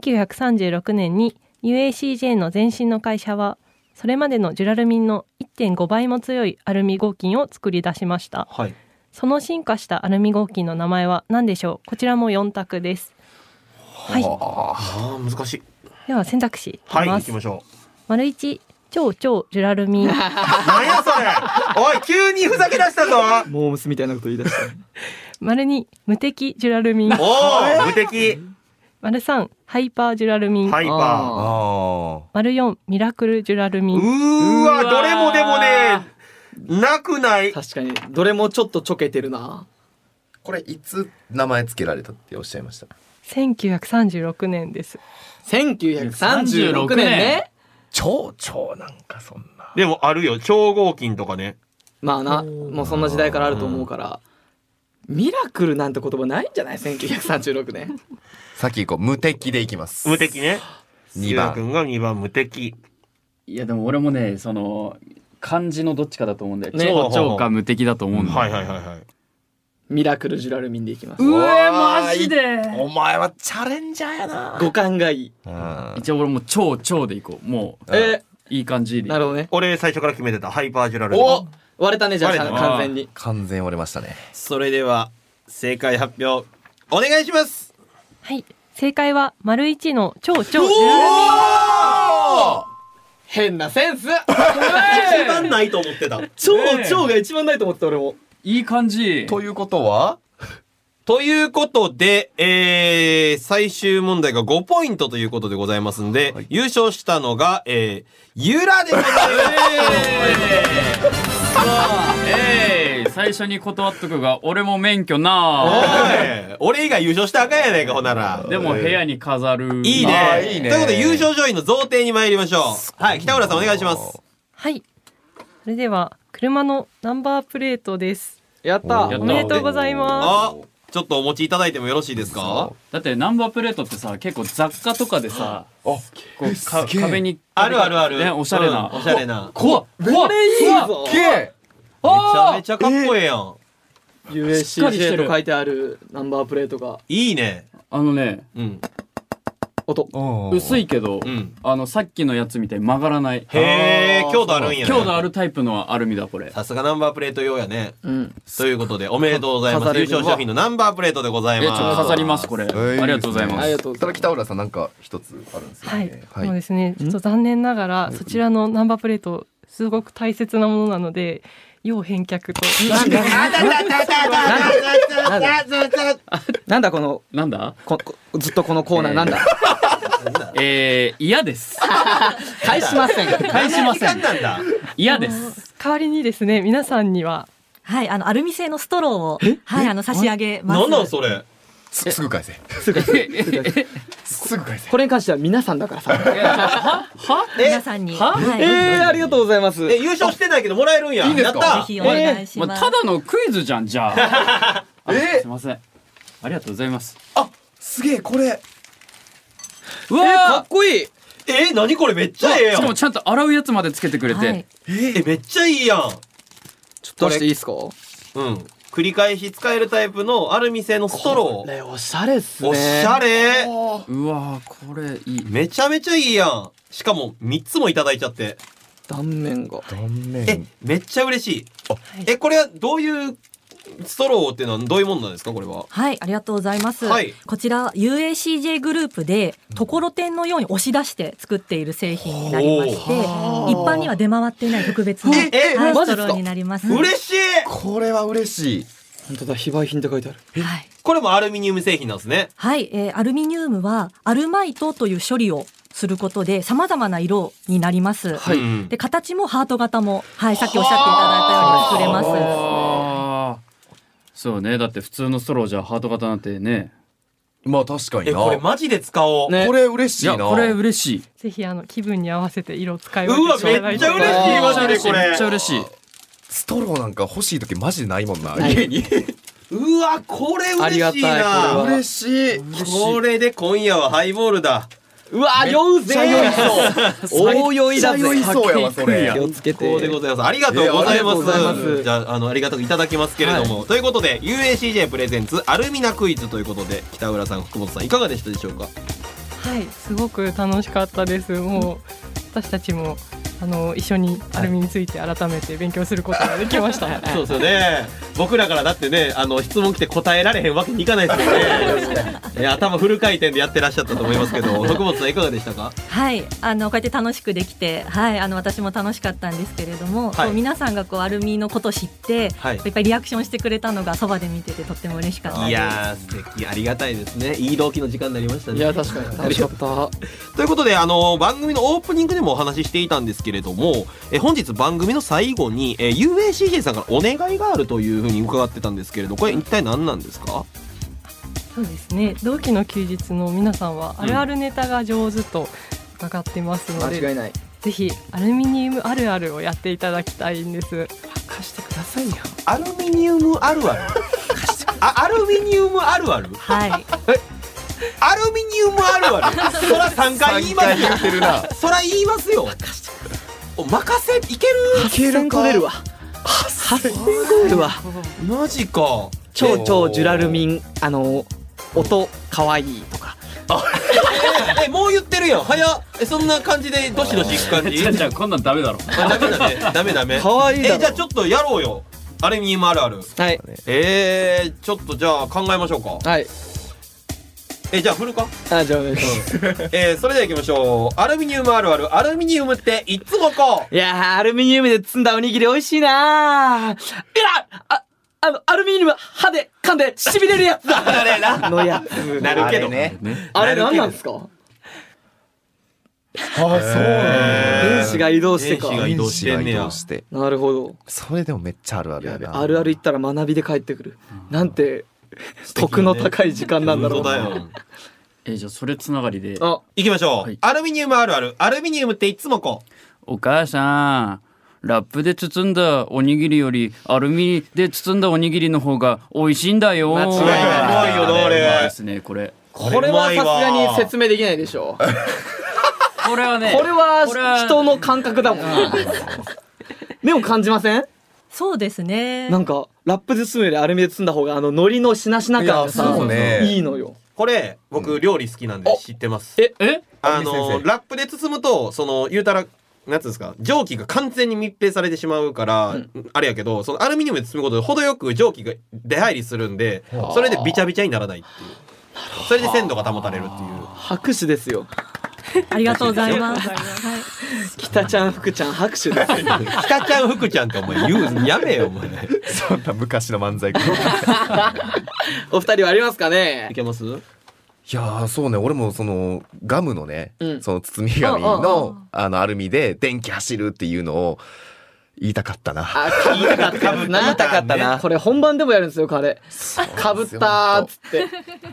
[SPEAKER 9] 1936年に UACJ の前身の会社はそれまでのジュラルミンの1.5倍も強いアルミ合金を作り出しました
[SPEAKER 1] はい。
[SPEAKER 9] その進化したアルミ合金の名前は何でしょうこちらも4択ですはい
[SPEAKER 1] あー難しい。
[SPEAKER 9] では選択肢いき
[SPEAKER 1] はい、
[SPEAKER 9] ま
[SPEAKER 1] 行
[SPEAKER 9] す、
[SPEAKER 1] きましょ
[SPEAKER 9] 丸1超超ジュラルミン
[SPEAKER 1] う。なんやそれおい、急にふざけ出したぞ
[SPEAKER 3] モームスみたいなこと言い出した
[SPEAKER 9] 丸2無敵ジュラルミン
[SPEAKER 1] おー、無敵
[SPEAKER 9] 丸3ハイパージュラルミン
[SPEAKER 1] ハイパー。
[SPEAKER 2] あ
[SPEAKER 3] あ
[SPEAKER 2] ー
[SPEAKER 9] 丸4ミラクルジュラルミ
[SPEAKER 1] う
[SPEAKER 9] ン
[SPEAKER 1] ーわ、どれもでもね、なくない。
[SPEAKER 3] 確かにどれもちょっとちょけてるな
[SPEAKER 2] これいつ名前つけられたっておっしゃいました
[SPEAKER 9] 1936年です
[SPEAKER 3] 1936年ね
[SPEAKER 2] 超超なんかそんな
[SPEAKER 1] でもあるよ、超合金とかね。
[SPEAKER 3] まあなもうそんな時代からあると思うからミラクルなんて言葉ないんじゃない1936年
[SPEAKER 2] さっき行こう無敵でいきます
[SPEAKER 1] 無敵ね。
[SPEAKER 2] 二
[SPEAKER 1] ゆうく
[SPEAKER 2] 番
[SPEAKER 1] んが2番無敵。
[SPEAKER 4] いやでも俺もねその漢字のどっちかだと思うんだよ、
[SPEAKER 3] ね
[SPEAKER 4] 超超か無敵だと思うんだよ、
[SPEAKER 1] はいはいはいはい。
[SPEAKER 3] ミラクルジュラルミンでいきます
[SPEAKER 4] うえ
[SPEAKER 2] わー
[SPEAKER 4] マジで
[SPEAKER 2] お前はチャレンジャーやな
[SPEAKER 3] 五感がいい
[SPEAKER 2] うん
[SPEAKER 4] 一応俺もう超超でいこうもう
[SPEAKER 3] え
[SPEAKER 4] いい感じで
[SPEAKER 3] なるほどね
[SPEAKER 1] 俺最初から決めてた、ハイパージュラルミン。
[SPEAKER 3] お割れたねじゃあ
[SPEAKER 1] 割れた
[SPEAKER 3] 完全に
[SPEAKER 2] 完全折れましたね
[SPEAKER 1] それでは正解発表お願いします
[SPEAKER 9] はい正解は丸1の超超ジュラルミン
[SPEAKER 3] 変なセンス
[SPEAKER 1] 一番ないと思ってた
[SPEAKER 3] 超超が一番ないと思ってた俺も
[SPEAKER 4] いい感じ
[SPEAKER 2] ということは
[SPEAKER 1] ということで、えー、最終問題が5ポイントということでございますんで、優勝したのが、えー、ゆらでござい
[SPEAKER 4] えい最初に断っとくが俺も免許な
[SPEAKER 1] ます。おい俺以外優勝したらあかんやないか、ほんなら。
[SPEAKER 4] でも部屋に飾る
[SPEAKER 1] いい
[SPEAKER 2] あ
[SPEAKER 1] ね
[SPEAKER 2] ーいいね
[SPEAKER 1] ということで、優勝賞品の贈呈に参りましょう。はい、北浦さんお願いします。
[SPEAKER 9] はい。それでは車のナンバープレートです。
[SPEAKER 3] やった
[SPEAKER 4] やっ
[SPEAKER 9] お
[SPEAKER 4] た
[SPEAKER 9] めでとうございま
[SPEAKER 1] あ、ちょっとお持ちいただいてもよろしいですか
[SPEAKER 4] だってナンバープレートってさ結構雑貨とかでさこうか
[SPEAKER 2] すげえ
[SPEAKER 4] 壁に
[SPEAKER 1] あるあるある。
[SPEAKER 4] ねおしゃれな
[SPEAKER 1] うんおしゃれな。
[SPEAKER 4] 怖っ怖っ
[SPEAKER 3] いいぞ
[SPEAKER 2] けえ
[SPEAKER 1] めちゃめちゃかっこええやん。
[SPEAKER 4] しっかりして
[SPEAKER 3] USCJ
[SPEAKER 4] る
[SPEAKER 3] と書いてあるナンバープレートが
[SPEAKER 1] いいね。
[SPEAKER 4] あのね
[SPEAKER 1] うん。
[SPEAKER 4] 音薄いけど、あのさっきのやつみたいに曲がらない
[SPEAKER 1] へー強度あるんやね
[SPEAKER 4] 強度あるタイプのアルミだこれ
[SPEAKER 1] さすがナンバープレート用やね、ということでおめでとうございます優勝賞品のナンバープレートでございます
[SPEAKER 4] えちょっと飾りますこれありがとうございますありが
[SPEAKER 2] とうただ北浦さんなんか一つあるんですよ
[SPEAKER 9] はい
[SPEAKER 2] ね、
[SPEAKER 9] そうですねちょっと残念ながらそちらのナンバープレートすごく大切なものなので要返却と
[SPEAKER 3] なんでなんでなんだこの
[SPEAKER 4] なんだ
[SPEAKER 3] ここずっとこのコーナーなんだ
[SPEAKER 4] えー、嫌です
[SPEAKER 3] 返しません
[SPEAKER 4] 返しません
[SPEAKER 1] なんだ
[SPEAKER 4] 嫌です
[SPEAKER 9] 代わりにですね皆さんには
[SPEAKER 10] はい、あのアルミ製のストローを、はい、あの差し上げます。
[SPEAKER 1] なんなんそれ
[SPEAKER 2] すすぐ返せ
[SPEAKER 3] すぐ返せ
[SPEAKER 2] すぐ返せ
[SPEAKER 3] これに関しては皆さんだからさ
[SPEAKER 10] は皆さんに。
[SPEAKER 3] は
[SPEAKER 10] はい、
[SPEAKER 3] えー、ありがとうございます
[SPEAKER 1] え優勝してないけどもらえるんや
[SPEAKER 2] いいんですか
[SPEAKER 1] やった
[SPEAKER 10] ぜひお願いします。
[SPEAKER 4] ただのクイズじゃんじゃあ あすいませんありがとうございます
[SPEAKER 2] すげえこれ
[SPEAKER 4] うわー、
[SPEAKER 3] かっこいい
[SPEAKER 1] え何これめっちゃええ
[SPEAKER 4] し
[SPEAKER 1] や
[SPEAKER 4] かも
[SPEAKER 1] ん
[SPEAKER 4] ちゃんと洗うやつまでつけてくれて、
[SPEAKER 10] はい
[SPEAKER 1] えーめっちゃいいやん
[SPEAKER 3] どうしていいですかこ
[SPEAKER 1] うん繰り返し使えるタイプのアルミ製のストロー
[SPEAKER 3] れおしゃれっすね
[SPEAKER 1] おしゃれ
[SPEAKER 4] うわーこれいい
[SPEAKER 1] めちゃめちゃいいやんしかも3つもいただいちゃって
[SPEAKER 3] 断面が
[SPEAKER 2] 断
[SPEAKER 1] え
[SPEAKER 2] 面
[SPEAKER 1] めっちゃ嬉しいえこれはどういうストローっていうのはどういうものなんですかこれは
[SPEAKER 10] はい、ありがとうございます。
[SPEAKER 1] はい
[SPEAKER 10] こちら UACJ グループでところてんのように押し出して作っている製品になりまして、一般には出回っていない特別なはい
[SPEAKER 1] ええ
[SPEAKER 10] ス
[SPEAKER 3] マジっす
[SPEAKER 10] ト
[SPEAKER 3] か
[SPEAKER 10] ローになります。
[SPEAKER 1] 嬉しい
[SPEAKER 2] これは嬉しい
[SPEAKER 3] 本当だ非売品って書いてある
[SPEAKER 10] はい。
[SPEAKER 1] これもアルミニウム製品なんですね
[SPEAKER 10] はい、えーアルミニウムはアルマイトという処理をすることで様々な色になります。
[SPEAKER 1] はいうん
[SPEAKER 10] で形もハート型も、はい、さっきおっしゃっていただいたように作れます。
[SPEAKER 4] あーそうねだって普通のストローじゃハート型なんてね
[SPEAKER 2] まあ確かに
[SPEAKER 1] え
[SPEAKER 2] な
[SPEAKER 1] これマジで使おう
[SPEAKER 3] ね
[SPEAKER 2] これ嬉し
[SPEAKER 4] い
[SPEAKER 2] いな
[SPEAKER 4] やこれ嬉しい
[SPEAKER 9] ぜひあの気分に合わせて色を使いう分
[SPEAKER 1] わ
[SPEAKER 9] けて
[SPEAKER 1] め
[SPEAKER 9] いただ
[SPEAKER 1] っ
[SPEAKER 9] い
[SPEAKER 1] ち
[SPEAKER 9] て
[SPEAKER 1] ゃ嬉しいマジでこ
[SPEAKER 4] めっちゃ
[SPEAKER 1] れ
[SPEAKER 4] 嬉しい
[SPEAKER 2] ストローなんか欲しい時マジでないもんな
[SPEAKER 3] ない
[SPEAKER 2] 家に
[SPEAKER 1] うわこれ
[SPEAKER 3] ありが
[SPEAKER 1] 嬉し
[SPEAKER 3] た
[SPEAKER 1] い
[SPEAKER 3] いこれ
[SPEAKER 1] な
[SPEAKER 3] は
[SPEAKER 2] 嬉しい
[SPEAKER 1] これで今夜はハイボールだ
[SPEAKER 3] うわ酔うぜ大酔いだぜ
[SPEAKER 2] めっちゃ酔いそうやわそれ
[SPEAKER 3] 気をつけて
[SPEAKER 1] こうでございますありがとうございます,、
[SPEAKER 3] いやありがとうございます
[SPEAKER 1] じゃああのありがたくいただきますけれども、ということで UACJ プレゼンツアルミナクイズということで北浦さん福本さんいかがでしたでしょうか
[SPEAKER 9] はい、すごく楽しかったです。もう私たちもあの一緒にアルミについて改めて勉強することができました。
[SPEAKER 1] そうですよね僕らからだってねあの質問来て答えられへんわけにいかないですよ ねえー頭フル回転でやってらっしゃったと思いますけど徳本さんいかがでしたか
[SPEAKER 10] はい、あのこうやって楽しくできて、はい、あの私も楽しかったんですけれども、
[SPEAKER 1] はい
[SPEAKER 10] こう皆さんがこうアルミのこと知って、
[SPEAKER 1] はい
[SPEAKER 10] い、っぱいリアクションしてくれたのがそばで見ててとっても嬉しかったです
[SPEAKER 1] いやー素敵ありがたいですねいい動機の時間になりましたね
[SPEAKER 3] いや確かに楽しかった
[SPEAKER 1] ということであの番組のオープニングでもお話ししていたんですけれどもえ本日番組の最後にえ UACJ さんからお願いがあるというふうに伺ってたんですけれどこれ一体何なんですか
[SPEAKER 9] そうですね。同期の休日の皆さんはあるあるネタが上手と伺ってますので、
[SPEAKER 3] 間違いない
[SPEAKER 9] ぜひアルミニウムあるあるをやっていただきたいんです。
[SPEAKER 3] 貸してくださいよ
[SPEAKER 1] アルミニウムある あるあアルミニウムあるある
[SPEAKER 10] はい、
[SPEAKER 1] アルミニウムあるあるそら3回言いますよ
[SPEAKER 2] てるな
[SPEAKER 1] そら言いますよお任せいける
[SPEAKER 3] 8000取れるわ8000取れるわ
[SPEAKER 1] マジか
[SPEAKER 3] 超超ジュラルミンあの音かわいいとか
[SPEAKER 1] ええもう言ってるやん早っえそんな感じでどしどしいく感じ
[SPEAKER 4] じゃあじゃあこんなんダメだろ
[SPEAKER 1] あダメだねダメダメ
[SPEAKER 3] 可愛いだろ
[SPEAKER 1] えじゃあちょっとやろうよアルミニウムあるある
[SPEAKER 3] はい
[SPEAKER 1] えー、ちょっとじゃあ考えましょうか
[SPEAKER 3] はい
[SPEAKER 1] えじゃあ振るか、
[SPEAKER 3] あじゃあね
[SPEAKER 1] えー、それではいきましょうアルミニウムあるあるアルミニウムっていつもこう
[SPEAKER 3] いやーアルミニウムで包んだおにぎり美味しいなーいやああのアルミニウム歯で噛んでしびれるやつだ
[SPEAKER 1] あれな
[SPEAKER 3] のや
[SPEAKER 1] なるけど
[SPEAKER 2] ね
[SPEAKER 3] あ
[SPEAKER 1] な
[SPEAKER 3] れ
[SPEAKER 1] る
[SPEAKER 3] 何
[SPEAKER 1] けど
[SPEAKER 3] なんですか
[SPEAKER 2] あそうなん
[SPEAKER 1] えー
[SPEAKER 3] 電子が移動してか
[SPEAKER 1] 電子が移動してんねや
[SPEAKER 2] 電子が移動して
[SPEAKER 3] なるほど
[SPEAKER 2] それでもめっちゃあるあるやな
[SPEAKER 3] あるある行ったら学びで帰ってくるなんて得の高い時間なんだろう
[SPEAKER 1] 本当だ
[SPEAKER 3] な
[SPEAKER 1] よ
[SPEAKER 4] えじゃあそれつながりで
[SPEAKER 3] あ
[SPEAKER 1] いきましょう、
[SPEAKER 4] はい
[SPEAKER 1] アルミニウムあるあるアルミニウムっていつもこう
[SPEAKER 4] お母さんラップで包んだおにぎりよりアルミで包んだおにぎりの方が美味しいんだよ
[SPEAKER 3] 間違いな
[SPEAKER 1] いうまいよなあ
[SPEAKER 4] あれ
[SPEAKER 1] れ
[SPEAKER 4] うまいですねこれ
[SPEAKER 3] これはさすがに説明できないでしょこ
[SPEAKER 4] これはね
[SPEAKER 3] れは人の感覚だもんなでも感じません
[SPEAKER 10] そうですね
[SPEAKER 3] なんかラップで包むよりアルミで包んだ方があの海苔のしなしな感が
[SPEAKER 2] いや
[SPEAKER 3] さ
[SPEAKER 2] そうね
[SPEAKER 3] いいのよ
[SPEAKER 1] これ僕料理好きなんで知ってます。
[SPEAKER 3] ええ
[SPEAKER 1] あ
[SPEAKER 3] 大
[SPEAKER 1] の
[SPEAKER 3] 西先生
[SPEAKER 1] ラップで包むとその言うたらなんつうんですか蒸気が完全に密閉されてしまうから、あれやけどそのアルミニウムで包むことで程よく蒸気が出入りするんで
[SPEAKER 3] はあ
[SPEAKER 1] それでびちゃびちゃにならないっていうそれで鮮度が保たれるって いう
[SPEAKER 3] 拍手ですよ
[SPEAKER 12] ありがとうございます。
[SPEAKER 3] 北ちゃん福ちゃん拍手です
[SPEAKER 1] 北ちゃん福ちゃんってお前言うやめよお前
[SPEAKER 2] そんな昔の漫才
[SPEAKER 3] お二人はありますかね
[SPEAKER 1] いけます
[SPEAKER 2] いやーそうね俺もそのガムのね、
[SPEAKER 3] うん
[SPEAKER 2] その包み紙
[SPEAKER 3] うんうんう
[SPEAKER 2] のあのアルミで電気走るっていうのを言いたかったな
[SPEAKER 3] あ言いたかったな言いたかったなこれ本番でもやるんですよ彼かぶったーっつって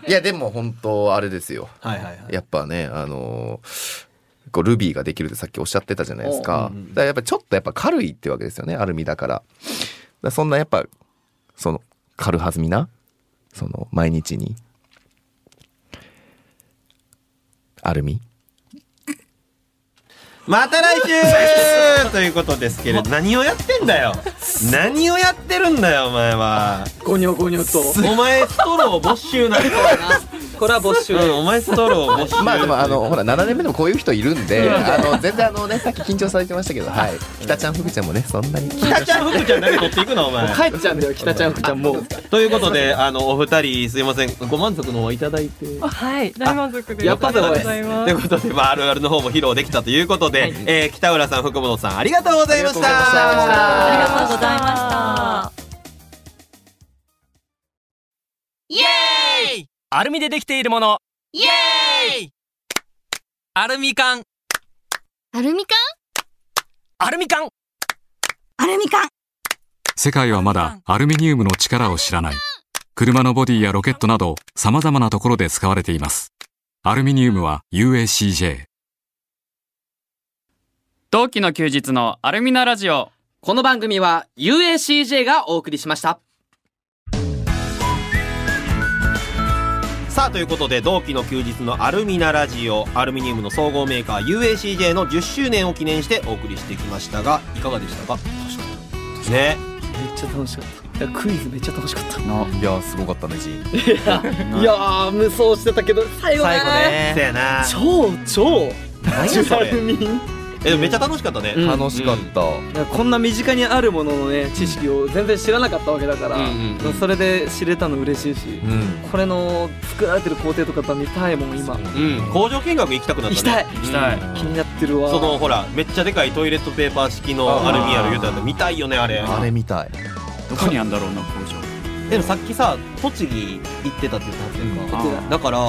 [SPEAKER 2] いやでも本当あれですよ、
[SPEAKER 1] はいはい
[SPEAKER 2] やっぱねあのーこうルビーができるってさっきおっしゃってたじゃないですか。だからやっぱちょっとやっぱ軽いってわけですよね、アルミだから。だからそんなやっぱ、その、軽はずみな、その、毎日に、アルミ。
[SPEAKER 1] また来 週ということですけれど何をやってんだよ何をやってるんだよお前は
[SPEAKER 3] ゴニョゴニョと
[SPEAKER 1] お前ストロー没収な
[SPEAKER 3] これは没収、
[SPEAKER 1] お前ストロー没収
[SPEAKER 2] まあでもあの、ほら、7年目でもこういう人いるんで、
[SPEAKER 1] うん
[SPEAKER 2] あの、全然あのね、さっき緊張されてましたけど、はい。北ちゃん、福ちゃんもね、そんなに。
[SPEAKER 1] 北ちゃん福ちゃん何取っていくのお前
[SPEAKER 3] 帰っちゃうんだよ北ちゃん福ちゃんもう
[SPEAKER 1] ということであのお二人すいませんご満足の方いただいて
[SPEAKER 9] はい、大満足です。
[SPEAKER 1] やっぱり
[SPEAKER 9] ありがとう
[SPEAKER 1] で
[SPEAKER 9] ござい
[SPEAKER 1] と
[SPEAKER 9] ま
[SPEAKER 1] い
[SPEAKER 9] す
[SPEAKER 1] う。ことで、まあ、あるあるの方も披露できたということで、えー北浦さん福本さんありがとうございました
[SPEAKER 12] ありがとうございました。
[SPEAKER 5] イエーイアルミでできているものイエーイアルミ缶
[SPEAKER 13] アルミ缶
[SPEAKER 5] アルミ缶
[SPEAKER 13] アルミ缶
[SPEAKER 10] 世界はまだアルミニウムの力を知らない。車のボディやロケットなど様々なところで使われています。アルミニウムは UACJ。
[SPEAKER 4] 同期の休日のアルミナラジオ
[SPEAKER 3] この番組は UACJ がお送りしました
[SPEAKER 1] さあということで同期の休日のアルミナラジオアルミニウムの総合メーカー UACJ の10周年を記念してお送りしてきましたがいかがでしたかね
[SPEAKER 3] めっちゃ楽しかったいやクイズめっちゃ楽しかった
[SPEAKER 2] いや、すごかったね、ジン。
[SPEAKER 3] いやー無双してたけど最後ね
[SPEAKER 1] 最後ねそうやな
[SPEAKER 3] 超超
[SPEAKER 1] 何やそれ
[SPEAKER 3] ちなみに
[SPEAKER 1] えでもめっちゃ楽しかったね、
[SPEAKER 3] うん
[SPEAKER 2] 楽しかった。
[SPEAKER 3] いやこんな身近にあるもののね知識を全然知らなかったわけだから、
[SPEAKER 1] うんうんうん
[SPEAKER 3] それで知れたの嬉しいし、
[SPEAKER 2] うん
[SPEAKER 3] これの作られてる工程とかやっぱ見たいもん今、
[SPEAKER 1] うん、工場見学行きたくなったね
[SPEAKER 3] 行きた
[SPEAKER 1] う
[SPEAKER 3] い
[SPEAKER 1] ん
[SPEAKER 3] 行きたい気になってるわ
[SPEAKER 1] そのほらめっちゃでかいトイレットペーパー式のアルミある言うたら見たいよねあれ
[SPEAKER 2] あれみたい。
[SPEAKER 4] どこにあんだろうな工場
[SPEAKER 1] でもさっきさ栃木行ってたって言ったはずやんか
[SPEAKER 4] 行って
[SPEAKER 1] だから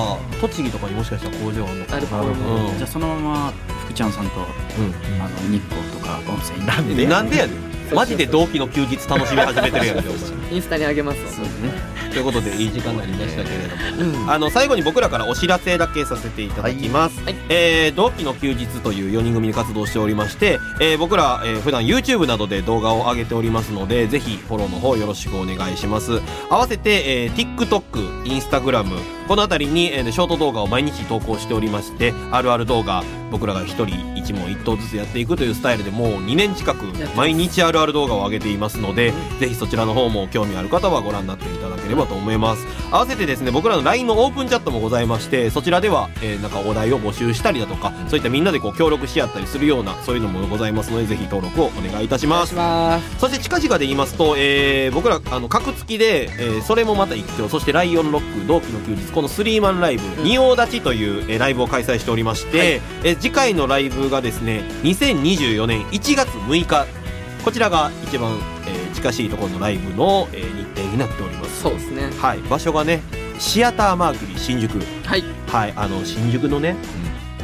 [SPEAKER 1] 栃木とかにもしかしたら工場あるのかなうん
[SPEAKER 4] じゃあそのまま福ちゃんさんと、あの日光とか温泉
[SPEAKER 1] なんでなんでやねんマジで同期の休日楽しみ始めて るやんけお前
[SPEAKER 3] インスタにあげます
[SPEAKER 4] そうね
[SPEAKER 1] ということでいい時間になりましたけれども、あの最後に僕らからお知らせだけさせていただきます、えー同期の休日という4人組で活動しておりまして、えー僕ら、えー普段 YouTube などで動画を上げておりますのでぜひフォローの方よろしくお願いします合わせて、えー TikTok、Instagram この辺りに、えーショート動画を毎日投稿しておりましてあるある動画僕らが1人1問1答ずつやっていくというスタイルでもう2年近く毎日あるある動画を上げていますのでぜひそちらの方も興味ある方はご覧になっていただければと思います合わせてですね僕らの LINE のオープンチャットもございましてそちらでは、えーなんかお題を募集したりだとかそういったみんなでこう協力し合ったりするようなそういうのもございますのでぜひ登録をお願いいたしますそして近々で言いますと、えー僕らあの格付きで、えーそれもまた一挙そして「ライオンロック同期の休日」このスリーマンライブ「仁王立ち」という、えーライブを開催しておりまして、えー次回のライブがですね2024年1月6日こちらが一番、えー近しいところのライブの、えー日程になっております
[SPEAKER 3] そうですね
[SPEAKER 1] はい場所がねシアターマークリー新宿
[SPEAKER 3] はい
[SPEAKER 1] はいあの新宿のね、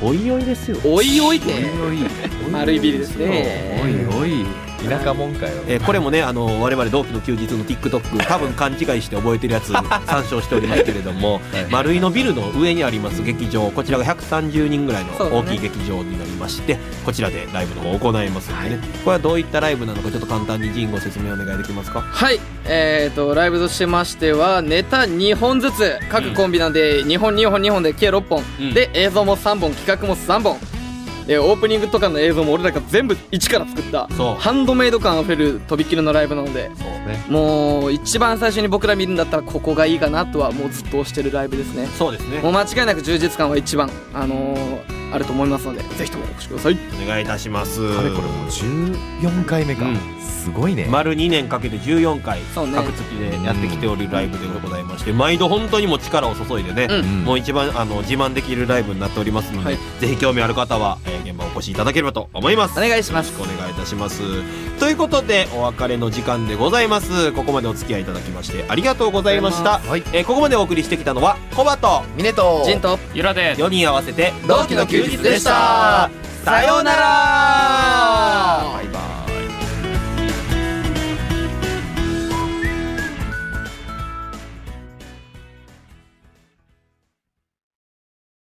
[SPEAKER 1] おいおいですよ
[SPEAKER 3] おいおいね
[SPEAKER 1] おいおい
[SPEAKER 3] 丸いビルですね
[SPEAKER 1] おい
[SPEAKER 2] 田舎もんかよ。
[SPEAKER 1] えーこれもねあの我々同期の休日の TikTok 多分勘違いして覚えてるやつ参照しておりますけれど も丸井のビルの上にあります劇場こちらが130人ぐらいの
[SPEAKER 2] そうだね
[SPEAKER 1] 大きい劇場になりまして、こちらでライブの方を行いますのでね、これはどういったライブなのかちょっと簡単に陣ご説明お願いできますか
[SPEAKER 3] はいえー、とライブとしましてはネタ2本ずつ各コンビなんで2本2本2本で計6本、
[SPEAKER 1] うん
[SPEAKER 3] で映像も3本企画も3本えーオープニングとかの映像も俺らが全部一から作ったハンドメイド感あふれるとびっきりのライブなのでもう一番最初に僕ら見るんだったらここがいいかなとはもうずっと推してるライブですね
[SPEAKER 1] そうですね
[SPEAKER 3] もう間違いなく充実感は一番、あのーあると思いますのでぜひともお越しください
[SPEAKER 1] お願いいたします
[SPEAKER 2] あれこれもう14回目か、すごいね
[SPEAKER 1] 丸2年かけて14回
[SPEAKER 3] そうね
[SPEAKER 1] 各月でやってきておるライブでございまして毎度本当にもう力を注いでね、
[SPEAKER 3] うん
[SPEAKER 1] もう一番あの自慢できるライブになっておりますので、ぜひ興味ある方は、えー現場お越しいただければと思いますお
[SPEAKER 3] 願いします
[SPEAKER 1] よろしくお願いいたしますということでお別れの時間でございますここまでお付き合いいただきましてありがとうございました、えーここまでお送りしてきたのはコバと
[SPEAKER 2] ミネと
[SPEAKER 3] ジンと
[SPEAKER 4] ゆらで
[SPEAKER 1] 4人合わせて
[SPEAKER 2] 同期の休日でした
[SPEAKER 1] さようなら